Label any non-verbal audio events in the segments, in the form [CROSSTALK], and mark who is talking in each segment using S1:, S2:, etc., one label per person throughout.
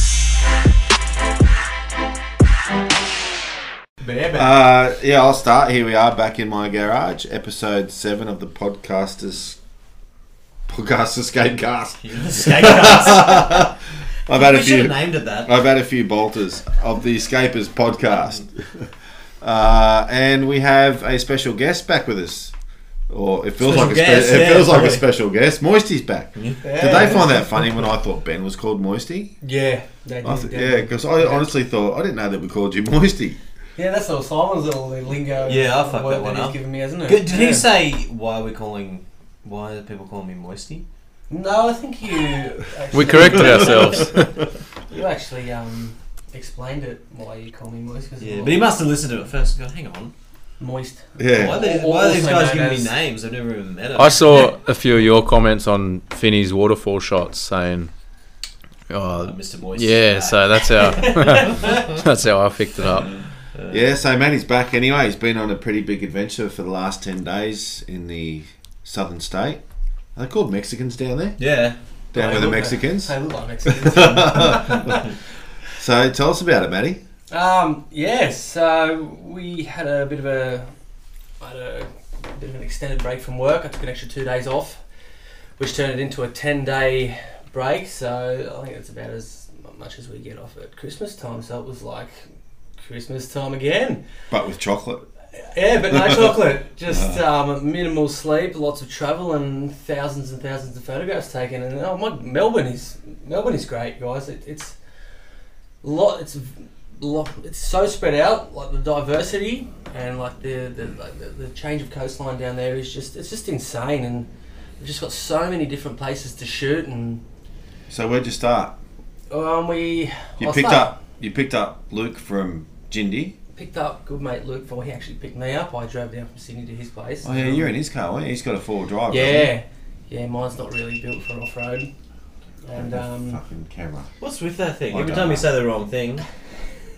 S1: bareback. [LAUGHS]
S2: Uh, yeah, I'll start. Here we are back in my garage, episode seven of the podcasters podcasters skatecast.
S1: You're the skatecast.
S2: I've had a
S1: we should have
S2: few.
S1: named it that.
S2: I've had a few bolters of the Escapers podcast, uh, and we have a special guest back with us. Or it feels
S1: Special
S2: like a
S1: guest,
S2: spe- it
S1: yeah,
S2: feels like a
S1: probably.
S2: special guest. Moisty's back. Did
S3: Yeah.
S2: they find that funny when I thought Ben was called Moisty?
S3: Yeah, they
S2: I
S3: did,
S2: th-
S3: yeah.
S2: yeah, because I honestly thought I didn't know that we called you Moisty.
S3: Yeah, that's little Simon's little lingo.
S1: Yeah, I fucked
S3: word
S1: that one
S3: he's
S1: up.
S3: given me, hasn't it?
S1: Good- Did
S3: Yeah.
S1: he say why we're calling? Why are people calling me Moisty?
S3: No, I think you. Actually,
S4: We corrected ourselves.
S3: [LAUGHS] You actually um, explained it why you call me moist. Cause
S1: Yeah, but he must have listened to it first. And go, hang on.
S3: moist.
S2: Yeah,
S1: Why are, they,
S3: Or-
S1: why are these
S3: also
S1: guys
S3: known
S1: giving me
S3: as-
S1: names? I've never even met them. [LAUGHS]
S4: I saw a few of your comments on Finney's waterfall shots saying,
S1: Uh,
S4: oh,
S1: Mr. Moisty.
S4: yeah, so that's how [LAUGHS] that's how I picked it up.
S2: yeah. So Manny's back anyway. He's been on a pretty big adventure for the last ten days in the southern state. Are they called Mexicans down there?
S1: yeah.
S2: Down
S1: They
S2: with the
S1: look like-
S2: Mexicans.
S3: They look like Mexicans.
S1: [LAUGHS]
S2: So tell us about it, Matty.
S3: um, yeah, so we had a bit of a, I had a bit of an extended break from work. I took an extra two days off, which turned it into a ten day break. So I think that's about as much as we get off at Christmas time. So it was like Christmas time again.
S2: But with chocolate.
S3: Yeah,
S2: [LAUGHS]
S3: but no chocolate. Just um, minimal sleep, lots of travel, and thousands and thousands of photographs taken. And oh my, Melbourne is Melbourne is great, guys. It, it's lot. It's lot. It's so spread out. Like the diversity and like the the, like the the change of coastline down there is just it's just insane. And we've just got so many different places to shoot. And
S2: So where'd you start?
S3: um, we
S2: You
S3: I'll
S2: picked
S3: start-
S2: up. You picked up Luke from Jindy.
S3: picked up good mate Luke. Well, he actually picked me up. I drove down from Sydney to his place.
S2: Oh yeah, you're in his car, weren't you? He's got a four wheel drive. doesn't
S3: Yeah, yeah. Mine's not really built for off road, and
S2: he?
S3: um,
S2: Fucking camera.
S1: What's with that thing?
S2: I
S1: Every
S2: don't
S1: time you
S2: know.
S1: say the wrong [LAUGHS] thing.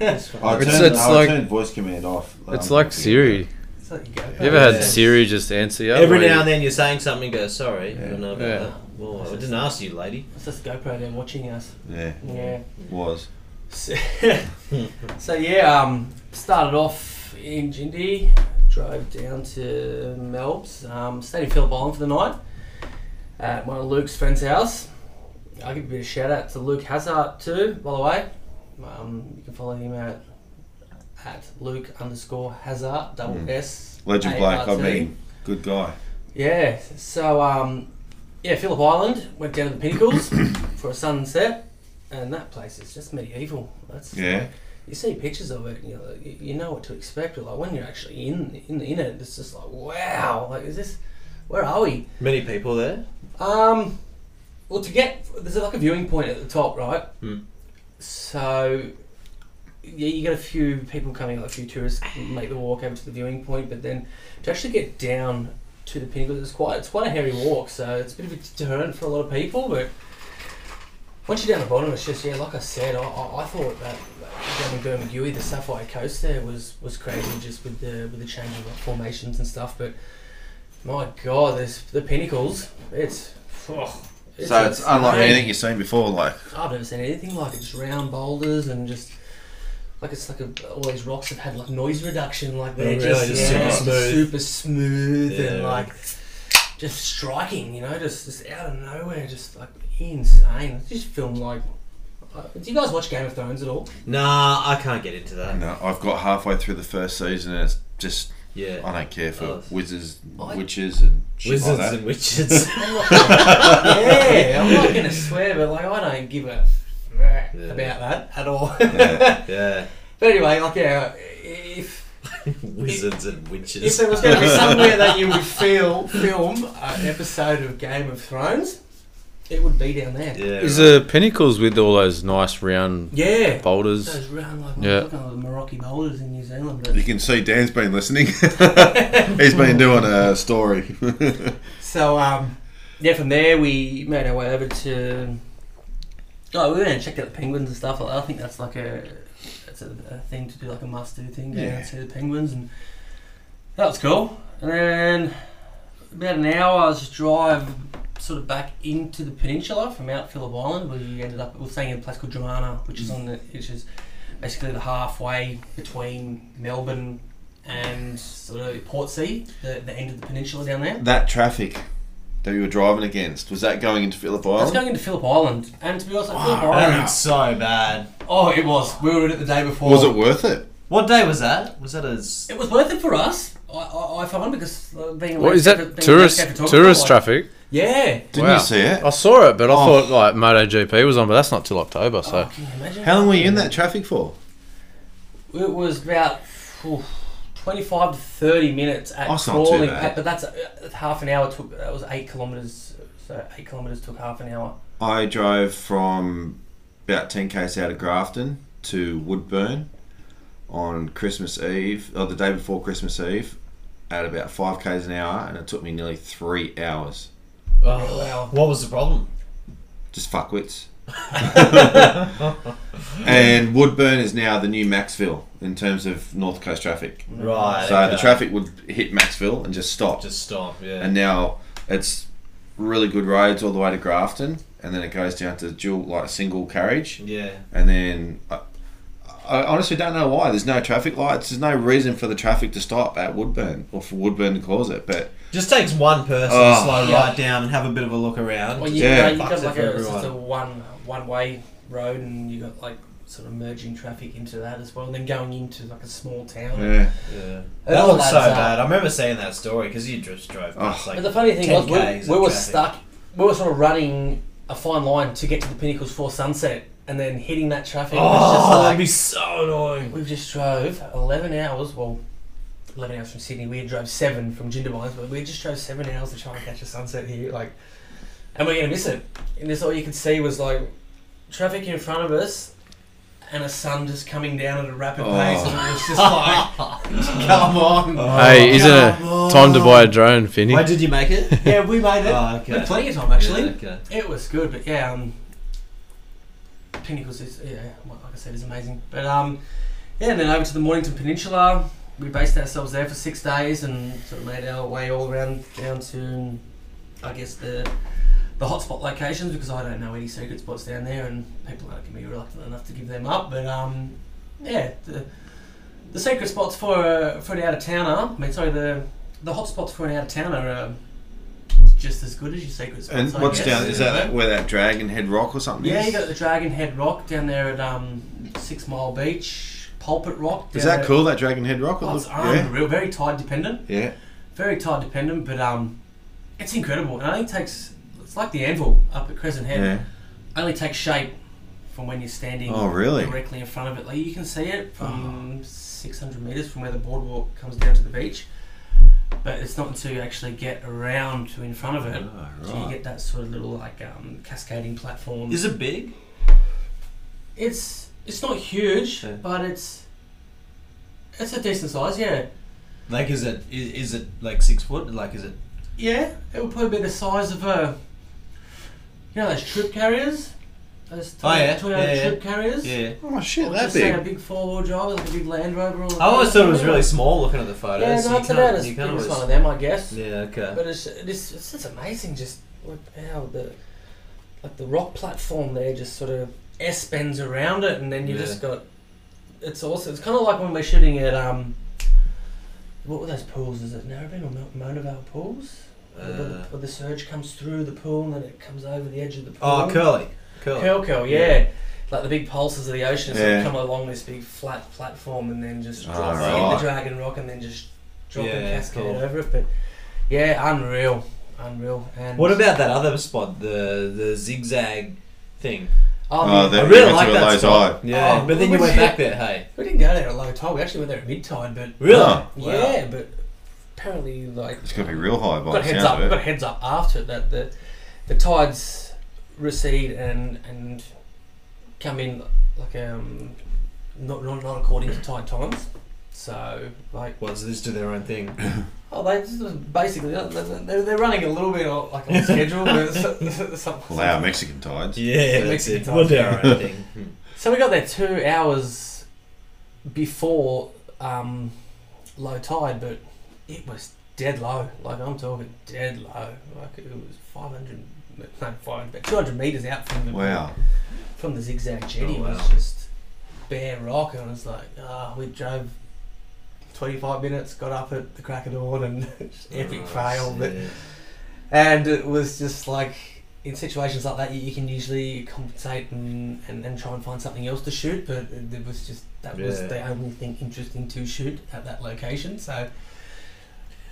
S1: it's
S2: I
S1: fine.
S4: It's-
S2: turned,
S4: it's
S2: I
S4: like-
S2: turned voice command off.
S4: It's
S2: Um,
S4: like Siri.
S3: so there you go.
S4: You ever had
S1: Yeah.
S4: Siri just answer you?
S1: Every now and then you're saying something and go, sorry, I
S2: Yeah.
S1: don't know about
S4: Yeah.
S1: that. Well, I didn't ask you, lady.
S3: It's just GoPro there watching us.
S2: Yeah,
S3: Yeah.
S2: was.
S3: So, so yeah, um, started off in Jindy, drove down to Melbs, um, stayed in Phillip Island for the night at one of Luke's friends' house. I'll give a bit of shout out to Luke Hazard too, by the way. Um, you can follow him at at Luke underscore Hazard double
S4: Hmm.
S2: Mm.
S3: S.
S2: Legend Blake, I
S3: A-R-T.
S2: mean, good guy.
S3: Yeah. So um, yeah, Phillip Island went down to the Pinnacles [COUGHS] for a sunset, and that place is just medieval. That's
S2: Yeah.
S3: You see pictures of it, you know, you you know what to expect. But like when you're actually in in in it, it's just like wow. Like is this? Where are we?
S1: Many people there.
S3: Um, well, to get there's like a viewing point at the top, right?
S1: Hmm.
S3: So yeah, you get a few people coming, like a few tourists make the walk over to the viewing point, but then to actually get down to the pinnacle, it's quite it's quite a hairy walk, so it's a bit of a deterrent for a lot of people. But once you're down the bottom, it's just yeah, like I said, I, I, I thought that. that Down in Bermagui, the Sapphire Coast there was, was crazy just with the with the change of like, formations and stuff. But my God, there's the pinnacles. It's, oh,
S2: so it's unlike
S3: insane.
S2: anything you've seen before. Like,
S3: I've never seen anything like it. Just round boulders and just like it's like a, all these rocks have had like noise reduction. Like
S1: Oh,
S3: they're
S1: really?
S3: just,
S1: Just
S3: yeah,
S1: super smooth.
S3: super smooth and
S1: Yeah.
S3: like just striking. You know, just just out of nowhere, just like insane. Just film like. Uh, do you guys watch Game of Thrones at
S1: [LAUGHS]
S3: all?
S1: Nah, I can't get into
S2: I
S1: that.
S2: know, uh, I've got halfway through the first season and it's just, I
S1: Yeah.
S2: don't care for
S1: Oh.
S2: wizards,
S3: I-
S2: witches, and shit
S1: Wizards
S2: like that.
S1: and witches. [LAUGHS]
S3: I'm not gonna, yeah, I'm not gonna swear, but like I don't give a f-
S1: Yeah.
S3: about that at all. [LAUGHS]
S2: Yeah.
S1: yeah.
S3: But anyway, like yeah, if
S1: Wizards and
S3: If
S1: witches.
S3: there was going to be somewhere that you would feel film an episode of Game of Thrones, it would be down there.
S1: Yeah.
S4: Is
S1: right.
S4: the pinnacles with all those nice round
S3: Yeah.
S4: boulders?
S3: Those round like
S4: Yeah.
S3: looking like the Meraki boulders in New
S2: [LAUGHS]
S3: Zealand.
S2: You
S3: But
S2: can see Dan's been listening. [LAUGHS] He's been doing a story.
S3: so um, yeah, from there we made our way over to. Oh, we went and checked out the penguins and stuff. Like that. I think that's like a that's a, a thing to do, like a must do thing. Go down
S2: Yeah.
S3: and see the penguins, and that was cool. And then about an hour's drive sort of back into Mm. the peninsula from Mount Phillip Island. We ended up we were staying in a place called Dromana, which is on the which is basically the halfway between Melbourne and sort of Portsea, the, the end of the peninsula down there.
S2: That traffic that you were driving against was that going into Phillip
S3: That's
S2: Island?
S3: going into Phillip Island, and to be honest, like, Phillip
S5: That
S3: Island.
S5: looks Oh, so bad.
S3: Oh, it was. We were in it the day before.
S2: was it worth it?
S5: What day was that? Was that as
S3: It was worth it for us. I, I, I found because uh, being a
S4: What is
S3: landscape-
S4: that?
S3: being a
S4: Tourist
S3: landscape photographer,
S4: tourist
S3: like-
S4: traffic.
S3: Yeah.
S2: Didn't
S4: Wow.
S2: you see it?
S4: I saw it, but I
S2: Oh.
S4: thought like MotoGP was on, but that's not till October. So
S3: Oh, can you imagine?
S2: How long were you in that traffic for?
S3: It was about phew, 25 to 30 minutes at
S2: That's not too
S3: crawling,
S2: bad.
S3: but that's uh, half an hour took. That was eight kilometers. So eight kilometers took half an hour.
S2: I drove from about 10 k's out of Grafton to Woodburn on Christmas Eve, or the day before Christmas Eve, at about 5 k's an hour, and it took me nearly three hours.
S5: Oh,
S3: wow.
S5: What was the problem?
S2: Just
S5: [LAUGHS]
S2: fuckwits. and Woodburn is now the new Maxville in terms of North Coast traffic.
S5: Right.
S2: So the
S5: okay.
S2: traffic would hit Maxville and just stop.
S5: just stop. Yeah.
S2: and now it's really good roads all the way to Grafton, and then it goes down to dual like single carriage,
S5: yeah.
S2: and then I, I honestly don't know why there's no traffic lights. There's no reason for the traffic to stop at Woodburn or for Woodburn to cause it, but
S5: Just takes one person
S2: Oh.
S4: Ah.
S5: to slow
S3: Yeah.
S5: right down and have a bit of a look around.
S3: Well, you,
S2: Yeah.
S3: you, know, you
S5: Fucks
S3: got
S5: it
S3: like
S5: for
S3: a, it's just a
S5: everyone.
S3: one one way road, and you got like sort of merging traffic into that as well, and then going into like a small town.
S2: yeah,
S5: Yeah.
S3: It
S5: That
S3: all
S5: looks so
S3: adds up.
S5: bad. I remember seeing that story because you just drove
S4: Ah.
S5: past like.
S3: But the funny thing
S5: 10
S3: was,
S5: Ks
S3: we, we
S5: of
S3: were
S5: traffic.
S3: stuck. We were sort of running a fine line to get to the pinnacles for sunset, and then hitting that traffic. was just
S5: Oh,
S3: like,
S5: that'd be so annoying. [LAUGHS]
S3: We've just drove 11 hours, well, 11 hours from Sydney. We had drove seven from Jindabynes, but we just drove seven hours to try and catch a sunset here. Like, and we're going to miss it. And this, all you could see was like traffic in front of us and a sun just coming down at a rapid
S2: Oh.
S3: pace. And it was just
S5: [LAUGHS]
S3: like, [LAUGHS]
S5: Come on.
S4: hey, isn't it
S2: Oh.
S4: time to buy a Ah, drone, Finny?
S5: Why did you make [LAUGHS] it?
S3: yeah, we made it.
S5: Oh,
S3: We had
S5: okay.
S3: plenty of time, actually.
S5: Yeah, okay.
S3: It was good, but yeah, um, Pinnacles is yeah, like I said, is amazing. But um, yeah, and then over to the Mornington Peninsula, we based ourselves there for six days and sort of made our way all around down to, I guess the the hotspot locations because I don't know any secret spots down there, and people are- can be reluctant enough to give them up. But um, yeah, the the secret spots for uh, for an out of towner, I mean, sorry, the the hotspots for an out of towner are just as good as your secret spots.
S2: and
S3: I
S2: what's
S3: guess.
S2: down is that where that Dragon Head Rock or something?
S3: Yeah,
S2: is?
S3: you got the Dragon Head Rock down there at um, Six Mile Beach, Pulpit Rock.
S2: Is
S3: down
S2: that
S3: there-
S2: cool? That Dragon Head Rock? It
S3: Oh, it's
S2: look- yeah,
S3: unreal. Very tide dependent.
S2: yeah.
S3: Very tide dependent, but um, it's incredible. It only takes. It's like the anvil up at Crescent Head.
S2: Yeah.
S3: Only takes shape from when you're standing.
S2: Oh, really? Ah.
S3: Directly in front of it. Like you can see it from 600 meters from where the boardwalk comes down to the beach. But it's not until you actually get around to in front of it.
S2: Ah,
S3: So you get that sort of little like um, cascading platform.
S5: Is it big?
S3: It's it's not huge,
S1: Yeah.
S3: but it's it's a decent size. Yeah,
S5: Like, is it is, is it like six foot? Like, is it?
S3: yeah. It would probably be the size of a you know those trip carriers. Those
S5: Oh, yeah,
S3: two
S5: yeah, yeah.
S3: trip carriers.
S5: Yeah.
S2: Oh
S3: Or
S2: shit,
S3: just
S2: that
S3: say
S2: big.
S3: a big four-wheel driver, like a big Land Rover. Or
S5: Oh, I always thought it was really small looking at the photos.
S3: Yeah,
S5: so
S3: no,
S5: you
S3: it's
S5: can't,
S3: about as
S5: you
S3: big
S5: can't
S3: as one of
S5: always,
S3: them, I guess.
S5: Yeah. Okay.
S3: But it's it's it's just amazing, just like how the like the rock platform there just sort of S bends around it, and then you
S5: Yeah.
S3: just got. It's also it's kind of like when we're shooting at um. What were those pools? Is it Narrabeen or Mount Monavale pools? where, the,
S5: Uh,
S3: where the surge comes through the pool and then it comes over the edge of the pool.
S5: oh, curly. Curly.
S3: Curl, curl, yeah.
S5: Yeah.
S3: Like the big pulses of the ocean sort
S2: Yeah.
S3: of come along this big flat platform and then just
S2: Ah,
S3: drop hit
S2: right.
S3: the dragon rock and then just drop and
S5: Yeah,
S3: cascade
S5: cool.
S3: over it. But yeah, unreal, unreal. And
S5: What about that other spot, the the zigzag thing?
S3: Um,
S2: Oh, the-
S5: I
S2: Then
S5: really
S2: you went
S5: like
S2: to a
S5: that
S2: low
S5: spot.
S2: tide.
S5: Yeah,
S3: Oh,
S5: but then you
S3: well,
S5: went
S3: we-
S5: back there. Hey,
S3: we didn't go there at low tide. We actually went there at mid tide, but
S5: really?
S2: Oh.
S5: Wow.
S3: yeah, but apparently like
S2: It's gonna be real high by
S3: got
S2: the
S3: heads
S2: sound
S3: up.
S2: of
S3: Got
S2: it.
S3: heads up after that the the tides recede and and come in like um not not, not according to tide times. So like
S5: What does this do their own
S2: [LAUGHS]
S5: thing? [LAUGHS]
S3: oh they this is basically they're, they're running a little bit on- like on schedule. but it's- something-
S2: Wow, Mexican tides.
S5: Yeah,
S3: that's it.
S5: We'll do our
S2: [LAUGHS]
S5: own thing.
S3: So we got there two hours before um, low tide, but it was dead low. Like I'm talking dead low. Like it was 500, no, 500, but 200 meters out from the
S2: Wow.
S3: from the zigzag
S5: Oh,
S3: jetty. It was
S5: wow.
S3: just Bear Rock, and it's like, ah, we drove 25 minutes, got up at the crack of dawn, and
S5: Oh,
S3: epic fail. But
S5: Yeah.
S3: and it was just like in situations like that, you, you can usually compensate and, and, and try and find something else to shoot. But it was just that was
S5: Yeah.
S3: the only thing interesting to shoot at that location. So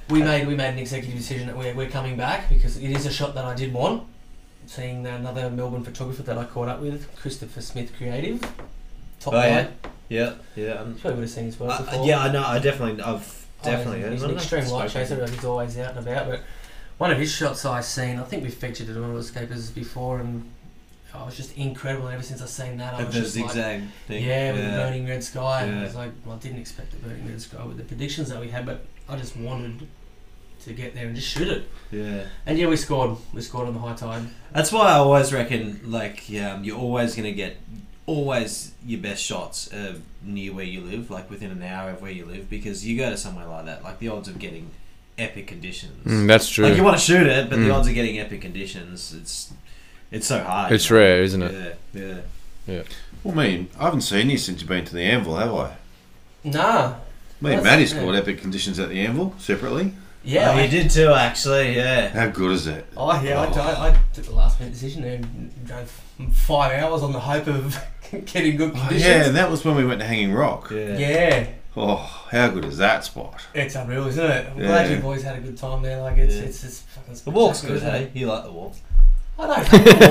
S3: we made we made an executive decision that we're, we're coming back because it is a shot that I did want. Seeing another Melbourne photographer that I caught up with, Christopher Smith Creative,
S5: Oh,
S3: top guy.
S5: yeah. Yeah, yeah.
S3: You
S5: um,
S3: probably would have seen his work
S5: I- I-
S3: before.
S5: yeah, I know. I definitely, I've definitely.
S3: Oh,
S5: heard
S3: he's
S5: of
S3: an
S5: it.
S3: extreme light
S5: Spoken.
S3: chaser. but He's always out and about. But one of his shots I seen, I think we featured it on Escapers before, and I was just incredible. And ever since I seen that, I
S5: Of
S3: was
S5: the
S3: just like,
S5: zigzag thing.
S3: yeah, with the burning red sky. And I
S5: Yeah.
S3: was like, well, I didn't expect the burning red sky with the predictions that we had, but I just wanted to get there and just shoot it.
S5: yeah.
S3: And yeah, we scored. We scored on the high tide.
S5: That's why I always reckon, like, um, you're always going to get always your best shots uh, near where you live, like within an hour of where you live, because you go to somewhere like that, like the odds of getting epic conditions.
S4: Mm, that's true.
S5: Like you want to shoot it, but the
S4: Mm.
S5: odds of getting epic conditions, it's it's so hard.
S4: it's rare, isn't it?
S5: Yeah, yeah.
S2: Well, mean, I haven't seen you since you've been to the Anvil, have I?
S3: Nah.
S2: Me and
S3: That's-
S2: Maddie
S3: yeah.
S2: scored epic conditions at the Anvil separately.
S3: Yeah.
S5: oh,
S3: I-
S5: you did too, actually. Yeah.
S2: How good is it?
S3: Oh yeah, I, I, I took the last minute decision and drove five hours on the hope of [LAUGHS] getting good
S2: Oh,
S3: conditions.
S2: yeah, and that was when we went to Hanging Rock.
S5: Yeah.
S3: Yeah,
S2: Oh, how good is that spot?
S3: it's unreal, isn't it? I'm
S2: Yeah.
S3: glad you boys had a good time there. Like it's
S5: Yeah.
S3: it's it's fucking.
S5: The walk's
S3: spectacular,
S5: good,
S3: isn't
S5: hey?
S3: it?
S5: You like the walk?
S3: I don't
S5: [LAUGHS]
S3: fucking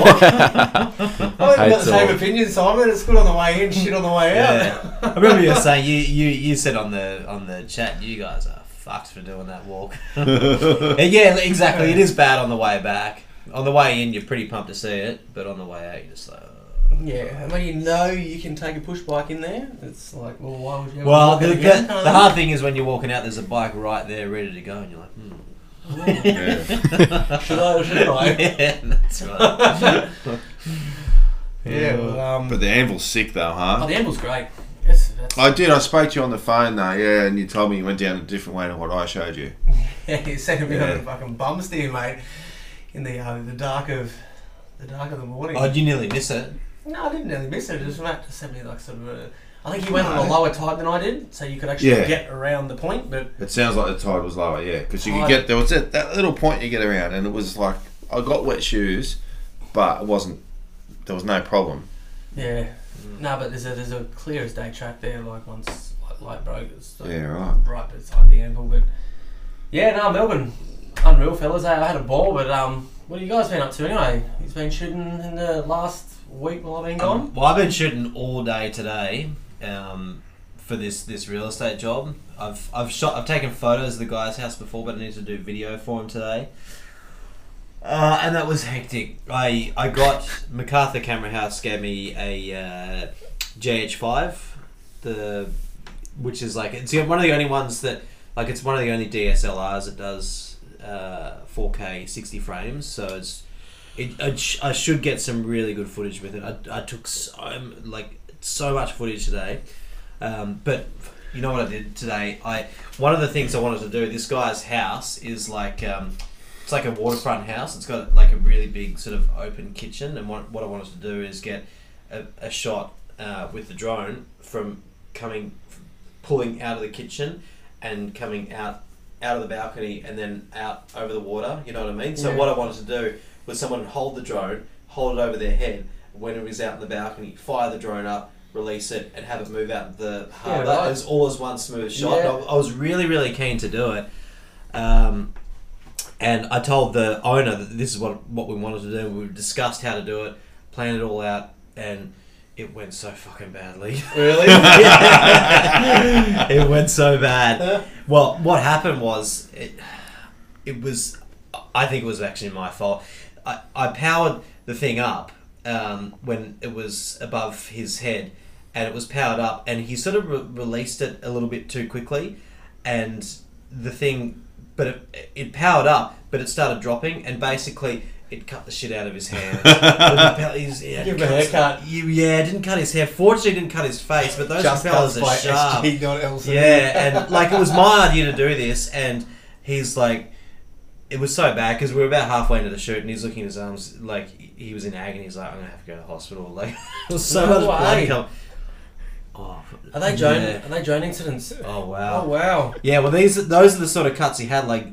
S3: walk. [LAUGHS] I haven't got the
S4: Hates
S3: same
S4: all.
S3: opinion, Simon. It's good on the way in, shit on the way out.
S5: Yeah. I remember you were saying you, you, you said on the on the chat you guys are fucked for doing that
S3: [LAUGHS]
S5: walk.
S2: yeah,
S5: And yeah, exactly. It is bad on the way back. On the way in, you're pretty pumped to see it, but on the way out, you're just like. "Oh,
S3: [LAUGHS] Yeah, and when you know you can take a push bike in there, it's like, well, why would
S5: God."
S3: you? ever
S5: Well,
S3: walk it
S5: the, the,
S3: again? Kind of
S5: the hard thing is when you're walking out, there's a bike right there ready to go, and you're like, hmm.
S3: thing. should I? Should I?
S5: yeah, that's [LAUGHS] right.
S3: [LAUGHS]
S5: [LAUGHS]
S3: yeah. Well, um,
S2: but the Anvil's sick though,
S3: oh,
S2: huh?
S3: the Amble's great. That's, that's,
S2: I did. I spoke to you on the phone though, yeah, and you told me you went down a different way to what I showed you.
S3: [LAUGHS] Yeah, you sent me on a
S2: Yeah.
S3: fucking bum steer, mate. In the uh, the dark of the dark of the morning.
S5: oh, you nearly miss it.
S3: No, I didn't really miss it. It was Matt just sent me like sort of a. I think he went on a lower tide than I did, so you could actually
S2: Yeah.
S3: get around the point. But
S2: It sounds like the tide was lower, yeah, because you
S3: Tide-
S2: could get there was that, that little point you get around, and it was like I got wet shoes, but it wasn't. There was no problem.
S3: yeah,
S5: Mm.
S3: no, but there's a there's a clear as day track there. Like once like light broke, it's like
S2: Yeah, right.
S3: right beside the anvil. But yeah, no, Melbourne, unreal fellas. eh? I, I had a ball, but um, what have you guys been up to anyway? He's been shooting in the last week while I've been gone.
S5: Um, well, I've been shooting all day today um, for this this real estate job. I've I've shot I've taken photos of the guy's house before, but I need to do video for him today. Uh, and that was hectic. I I got Macarthur Camera House gave me a uh, JH5, the which is like it's one of the only ones that like it's one of the only DSLRs that does uh, 4K 60 frames. So it's it, I, sh- I should get some really good footage with it. I, I took so m- like so much footage today, um, but you know what I did today? I one of the things I wanted to do. This guy's house is like um, it's like a waterfront house. It's got like a really big sort of open kitchen, and what, what I wanted to do is get a, a shot uh, with the drone from coming f- pulling out of the kitchen and coming out out of the balcony and then out over the water. You know what I mean? So
S3: Yeah.
S5: what I wanted to do was someone would hold the drone, hold it over their head when it was out in the balcony, fire the drone up, release it, and have it move out the harbour.
S3: right.
S5: It was all as one smooth shot.
S3: Yeah.
S5: I, I was really, really keen to do it. Um, and I told the owner that this is what, what we wanted to do. We discussed how to do it, planned it all out, and it went so fucking badly. [LAUGHS]
S3: Really?
S5: it went so bad. Well, what happened was it, it was, I think it was actually my fault. I, I powered the thing up um, when it was above his head, and it was powered up, and he sort of re- released it a little bit too quickly, and the thing, but it, it powered up, but it started dropping, and basically. It cut the shit out of his
S3: [LAUGHS]
S5: hand. His- yeah,
S3: Give him a haircut.
S5: you, yeah, didn't cut his hair. Fortunately, didn't cut his face, but those
S3: cuts
S5: propellers are "Ah." sharp.
S3: SG, not
S5: [LAUGHS]
S3: LC.
S5: Yeah, and like it was my idea to do this, and he's like, it was so bad because we were about halfway into the shoot, and he's looking at his arms like [LAUGHS] he was in agony. He's like, I'm gonna have to go to the hospital. Like, it was so
S3: No
S5: much blood
S3: way.
S5: coming. Oh,
S3: Are they Joan?
S5: Yeah.
S3: Are they Joan incidents?
S5: Oh wow.
S3: Oh wow.
S5: Yeah, well, these those are the sort of cuts he had, like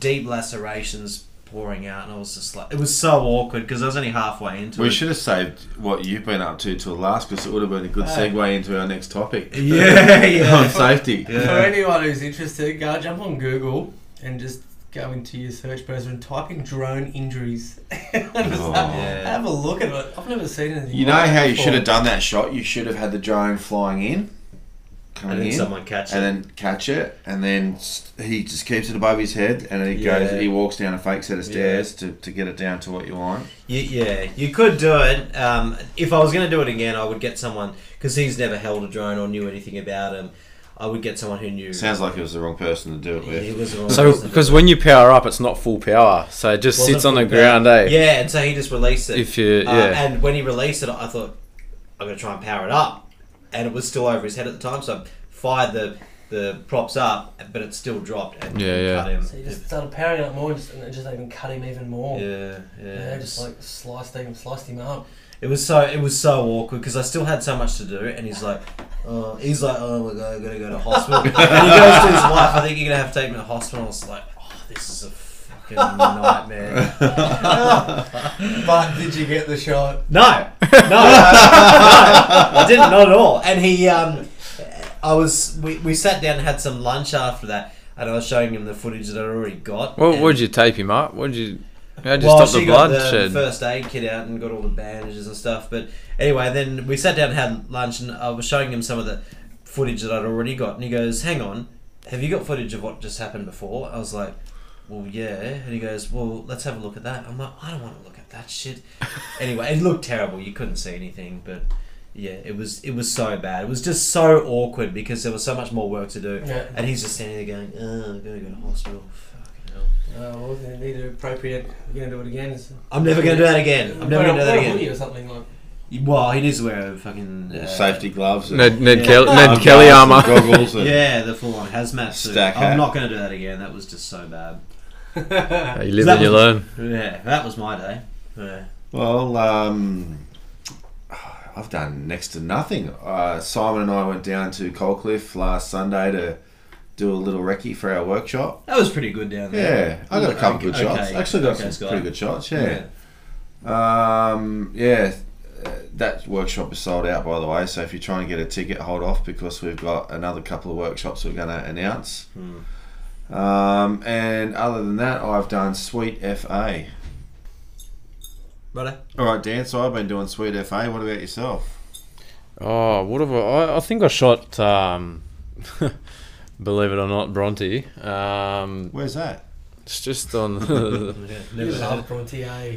S5: deep lacerations pouring out, and I was just like, it was so awkward because I was only halfway into
S2: We
S5: it.
S2: should have saved what you've been up to till last because it would have been a good
S5: Hey.
S2: segue into our next topic.
S5: [LAUGHS] Yeah, yeah.
S2: [LAUGHS] on safety.
S5: Yeah.
S3: For anyone who's interested, go jump on Google and just go into your search browser and type in drone injuries. [LAUGHS] And just
S2: Oh.
S3: have,
S5: Yeah.
S3: have a look at it. I've never seen anything.
S2: You know
S3: like
S2: how
S3: it
S2: you should have
S3: before.
S2: done that shot? You should have had the drone flying in, coming
S5: and then
S2: in,
S5: someone catch it.
S2: and then catch it, and then s- he just keeps it above his head, and he
S5: Yeah.
S2: goes, he walks down a fake set of
S5: Yeah.
S2: stairs to, to get it down to what you want.
S5: You, yeah, you could do it. Um, if I was going to do it again, I would get someone because he's never held a drone or knew anything about him. I would get someone who knew.
S2: Sounds like it was the wrong person to do it with.
S5: he was the wrong
S4: So,
S5: person to
S4: because
S5: do it.
S4: when you power up, it's not full power, so it just
S5: Wasn't
S4: sits on the
S5: full power.
S4: ground, eh?
S5: yeah, and so he just released it.
S4: If you,
S5: Uh,
S4: yeah.
S5: and when he released it, I thought, I'm going to try and power it up. And it was still over his head at the time, so I fired the, the props up, but it still dropped and
S4: Yeah, yeah.
S5: cut him.
S3: So you just started powering up more and just, and it just even cut him even more.
S5: yeah,
S3: Yeah,
S5: yeah.
S3: just like sliced him, sliced him up.
S5: It was so it was so awkward because I still had so much to do, and he's like, oh, he's like, oh my god, I'm gonna go to hospital. and he goes to his wife, I think you're gonna have to take me to hospital. I was like, oh, this is a fucking nightmare.
S3: But did you get the shot?
S5: No, no, no, no, I didn't, not at all. And he, um, I was, we, we sat down and had some lunch after that, and I was showing him the footage that I already got.
S4: Well,
S5: and-
S4: would you tape him up? Would you? How'd you
S5: well,
S4: stop
S5: she
S4: the
S5: got
S4: bloodshed?
S5: the first aid kit out and got all the bandages and stuff. But anyway, then we sat down and had lunch, and I was showing him some of the footage that I'd already got, and he goes, "Hang on, have you got footage of what just happened before?" I was like, "Well, yeah," and he goes, "Well, let's have a look at that." I'm like, "I don't want to look at that shit." anyway, it looked terrible. You couldn't see anything, but. Yeah, it was it was so bad. It was just so awkward because there was so much more work to do,
S3: Yeah. Uh,
S5: and he's just standing there going, "Oh, I'm gonna go to hospital." Fucking hell.
S3: Uh, well, they need to appropriate. We're gonna do it again. It's-
S5: I'm never gonna do that again. I'm never
S3: Wear a-
S5: gonna do
S3: wear
S5: that
S3: a
S5: again.
S3: hoodie Or something like.
S5: Well, he needs to wear a fucking uh,
S2: Safety gloves, and
S4: Ned, Ned,
S5: Yeah.
S4: Kelly,
S2: arm
S4: Ned Kelly
S2: guards and
S4: armor.
S2: goggles, and
S5: Yeah, the full-on hazmat suit.
S2: Stack hat.
S5: I'm not going to do that again. That was just so bad.
S4: [LAUGHS] you live
S5: That
S4: and
S5: was-
S4: you learn.
S5: Yeah, that was my day. Yeah.
S2: Well, um, I've done next to nothing. Uh, Simon and I went down to Coalcliff last Sunday to do a little recce for our workshop.
S5: That was pretty good down there.
S2: Yeah, I got a couple good
S5: Okay,
S2: shots.
S5: okay,
S2: Actually, got
S5: okay,
S2: some
S5: Scott.
S2: pretty good shots. Yeah. Um, yeah, uh, that workshop is sold out by the way. So if you're trying to get a ticket, hold off because we've got another couple of workshops we're going to announce.
S5: Hmm.
S2: Um, and other than that, I've done Sweet FA.
S5: Righto.
S2: All right, Dan. So I've been doing Sweet FA. What about yourself?
S4: Oh, what have I? I, I think I shot. Um, [LAUGHS] believe it or not, Bronte. Um,
S2: Where's that?
S4: it's just on. [LAUGHS]
S5: Yeah,
S3: You
S5: never had
S3: love
S5: it.
S3: Bronte, eh?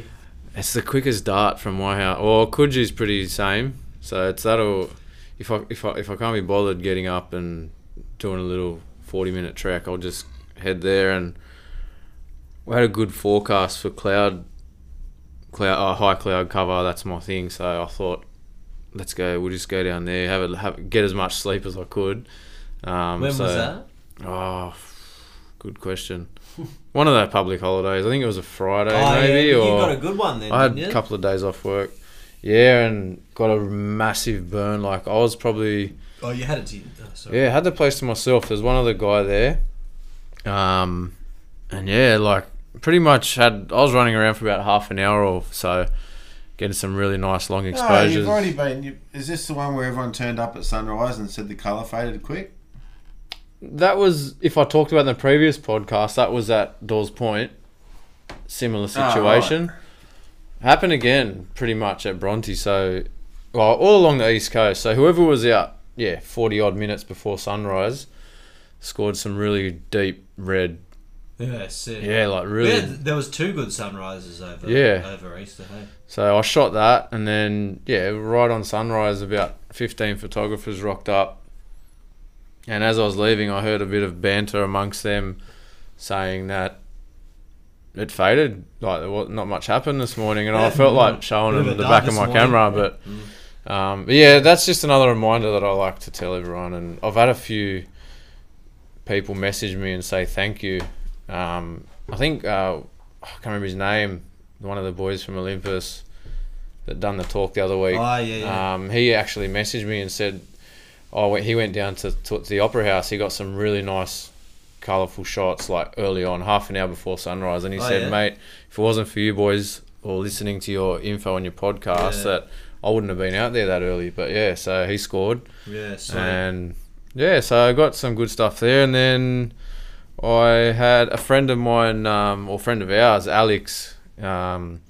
S4: it's the quickest dart from my house. Well, Coogie's pretty same. So it's that'll. If I if I if I can't be bothered getting up and doing a little forty minute track, I'll just head there and. We had a good forecast for cloud, cloud uh, high cloud cover. That's my thing. So I thought, let's go. We'll just go down there, have a have, get as much sleep as I could. Um,
S5: When
S4: so-
S5: was that?
S4: Oh, good question. [LAUGHS] One of the public holidays. I think it was a Friday,
S5: Oh,
S4: maybe.
S5: yeah,
S4: or
S5: you got a good one then,
S4: I had
S5: didn't
S4: a
S5: you?
S4: couple of days off work. Yeah, and got a massive burn. Like I was probably
S5: oh, you had it to you. Oh, sorry.
S4: yeah had the place to myself. There's one other guy there, um, and yeah, like pretty much had. I was running around for about half an hour or so, getting some really nice long
S2: No,
S4: exposures.
S2: Ah, you've already been. You, is this the one where everyone turned up at sunrise and said the colour faded quick?
S4: that was if I talked about in the previous podcast, that was at Dawes Point. Similar
S2: right.
S4: situation. Happened again pretty much at Bronte, so well, all along the east coast. So whoever was out, yeah, forty odd minutes before sunrise, scored some really deep red
S5: Yeah, sick.
S4: yeah, like really
S5: Yeah, there was two good sunrises over
S4: Yeah.
S5: over Easter. Hey?
S4: So I shot that, and then yeah, right on sunrise, about fifteen photographers rocked up. And as I was leaving, I heard a bit of banter amongst them, saying that it faded, like there was not much happened this morning, and I
S5: Yeah,
S4: felt like
S5: mm.
S4: showing
S5: Bit of
S4: them
S5: a
S4: the
S5: dud
S4: back of
S5: this
S4: my
S5: morning. Mm.
S4: camera, but. Um, but yeah, that's just another reminder that I like to tell everyone, and I've had a few people message me and say thank you. Um, I think uh, I can't remember his name, one of the boys from Olympus that done the talk the other week. Ah.
S5: Oh, yeah, yeah.
S4: Um, he actually messaged me and said, I went, he went down to, to the Opera House. He got some really nice, colourful shots like early on, half an hour before sunrise. And he
S5: Oh,
S4: said,
S5: yeah?
S4: mate, if it wasn't for you boys or listening to your info on your podcast,
S5: Yeah.
S4: that I wouldn't have been out there that early. But yeah, so he scored.
S5: Yeah, so
S4: And yeah, so I got some good stuff there. And then I had a friend of mine, um, or friend of ours, Alex, um,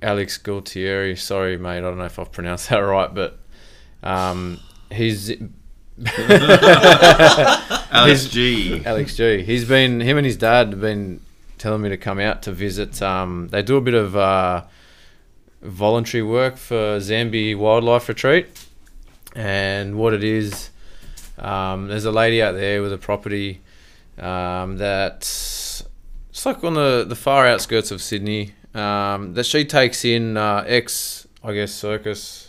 S4: Alex Gualtieri. Sorry, mate, I don't know if I've pronounced [LAUGHS] that right, but um, he's
S2: Alex G.
S4: Alex G. He's been him and his dad have been telling me to come out to visit. Um, they do a bit of uh, voluntary work for Zambi Wildlife Retreat, and what it is, um, there's a lady out there with a property um, that's it's like on the the far outskirts of Sydney um, that she takes in uh, ex, I guess, circus.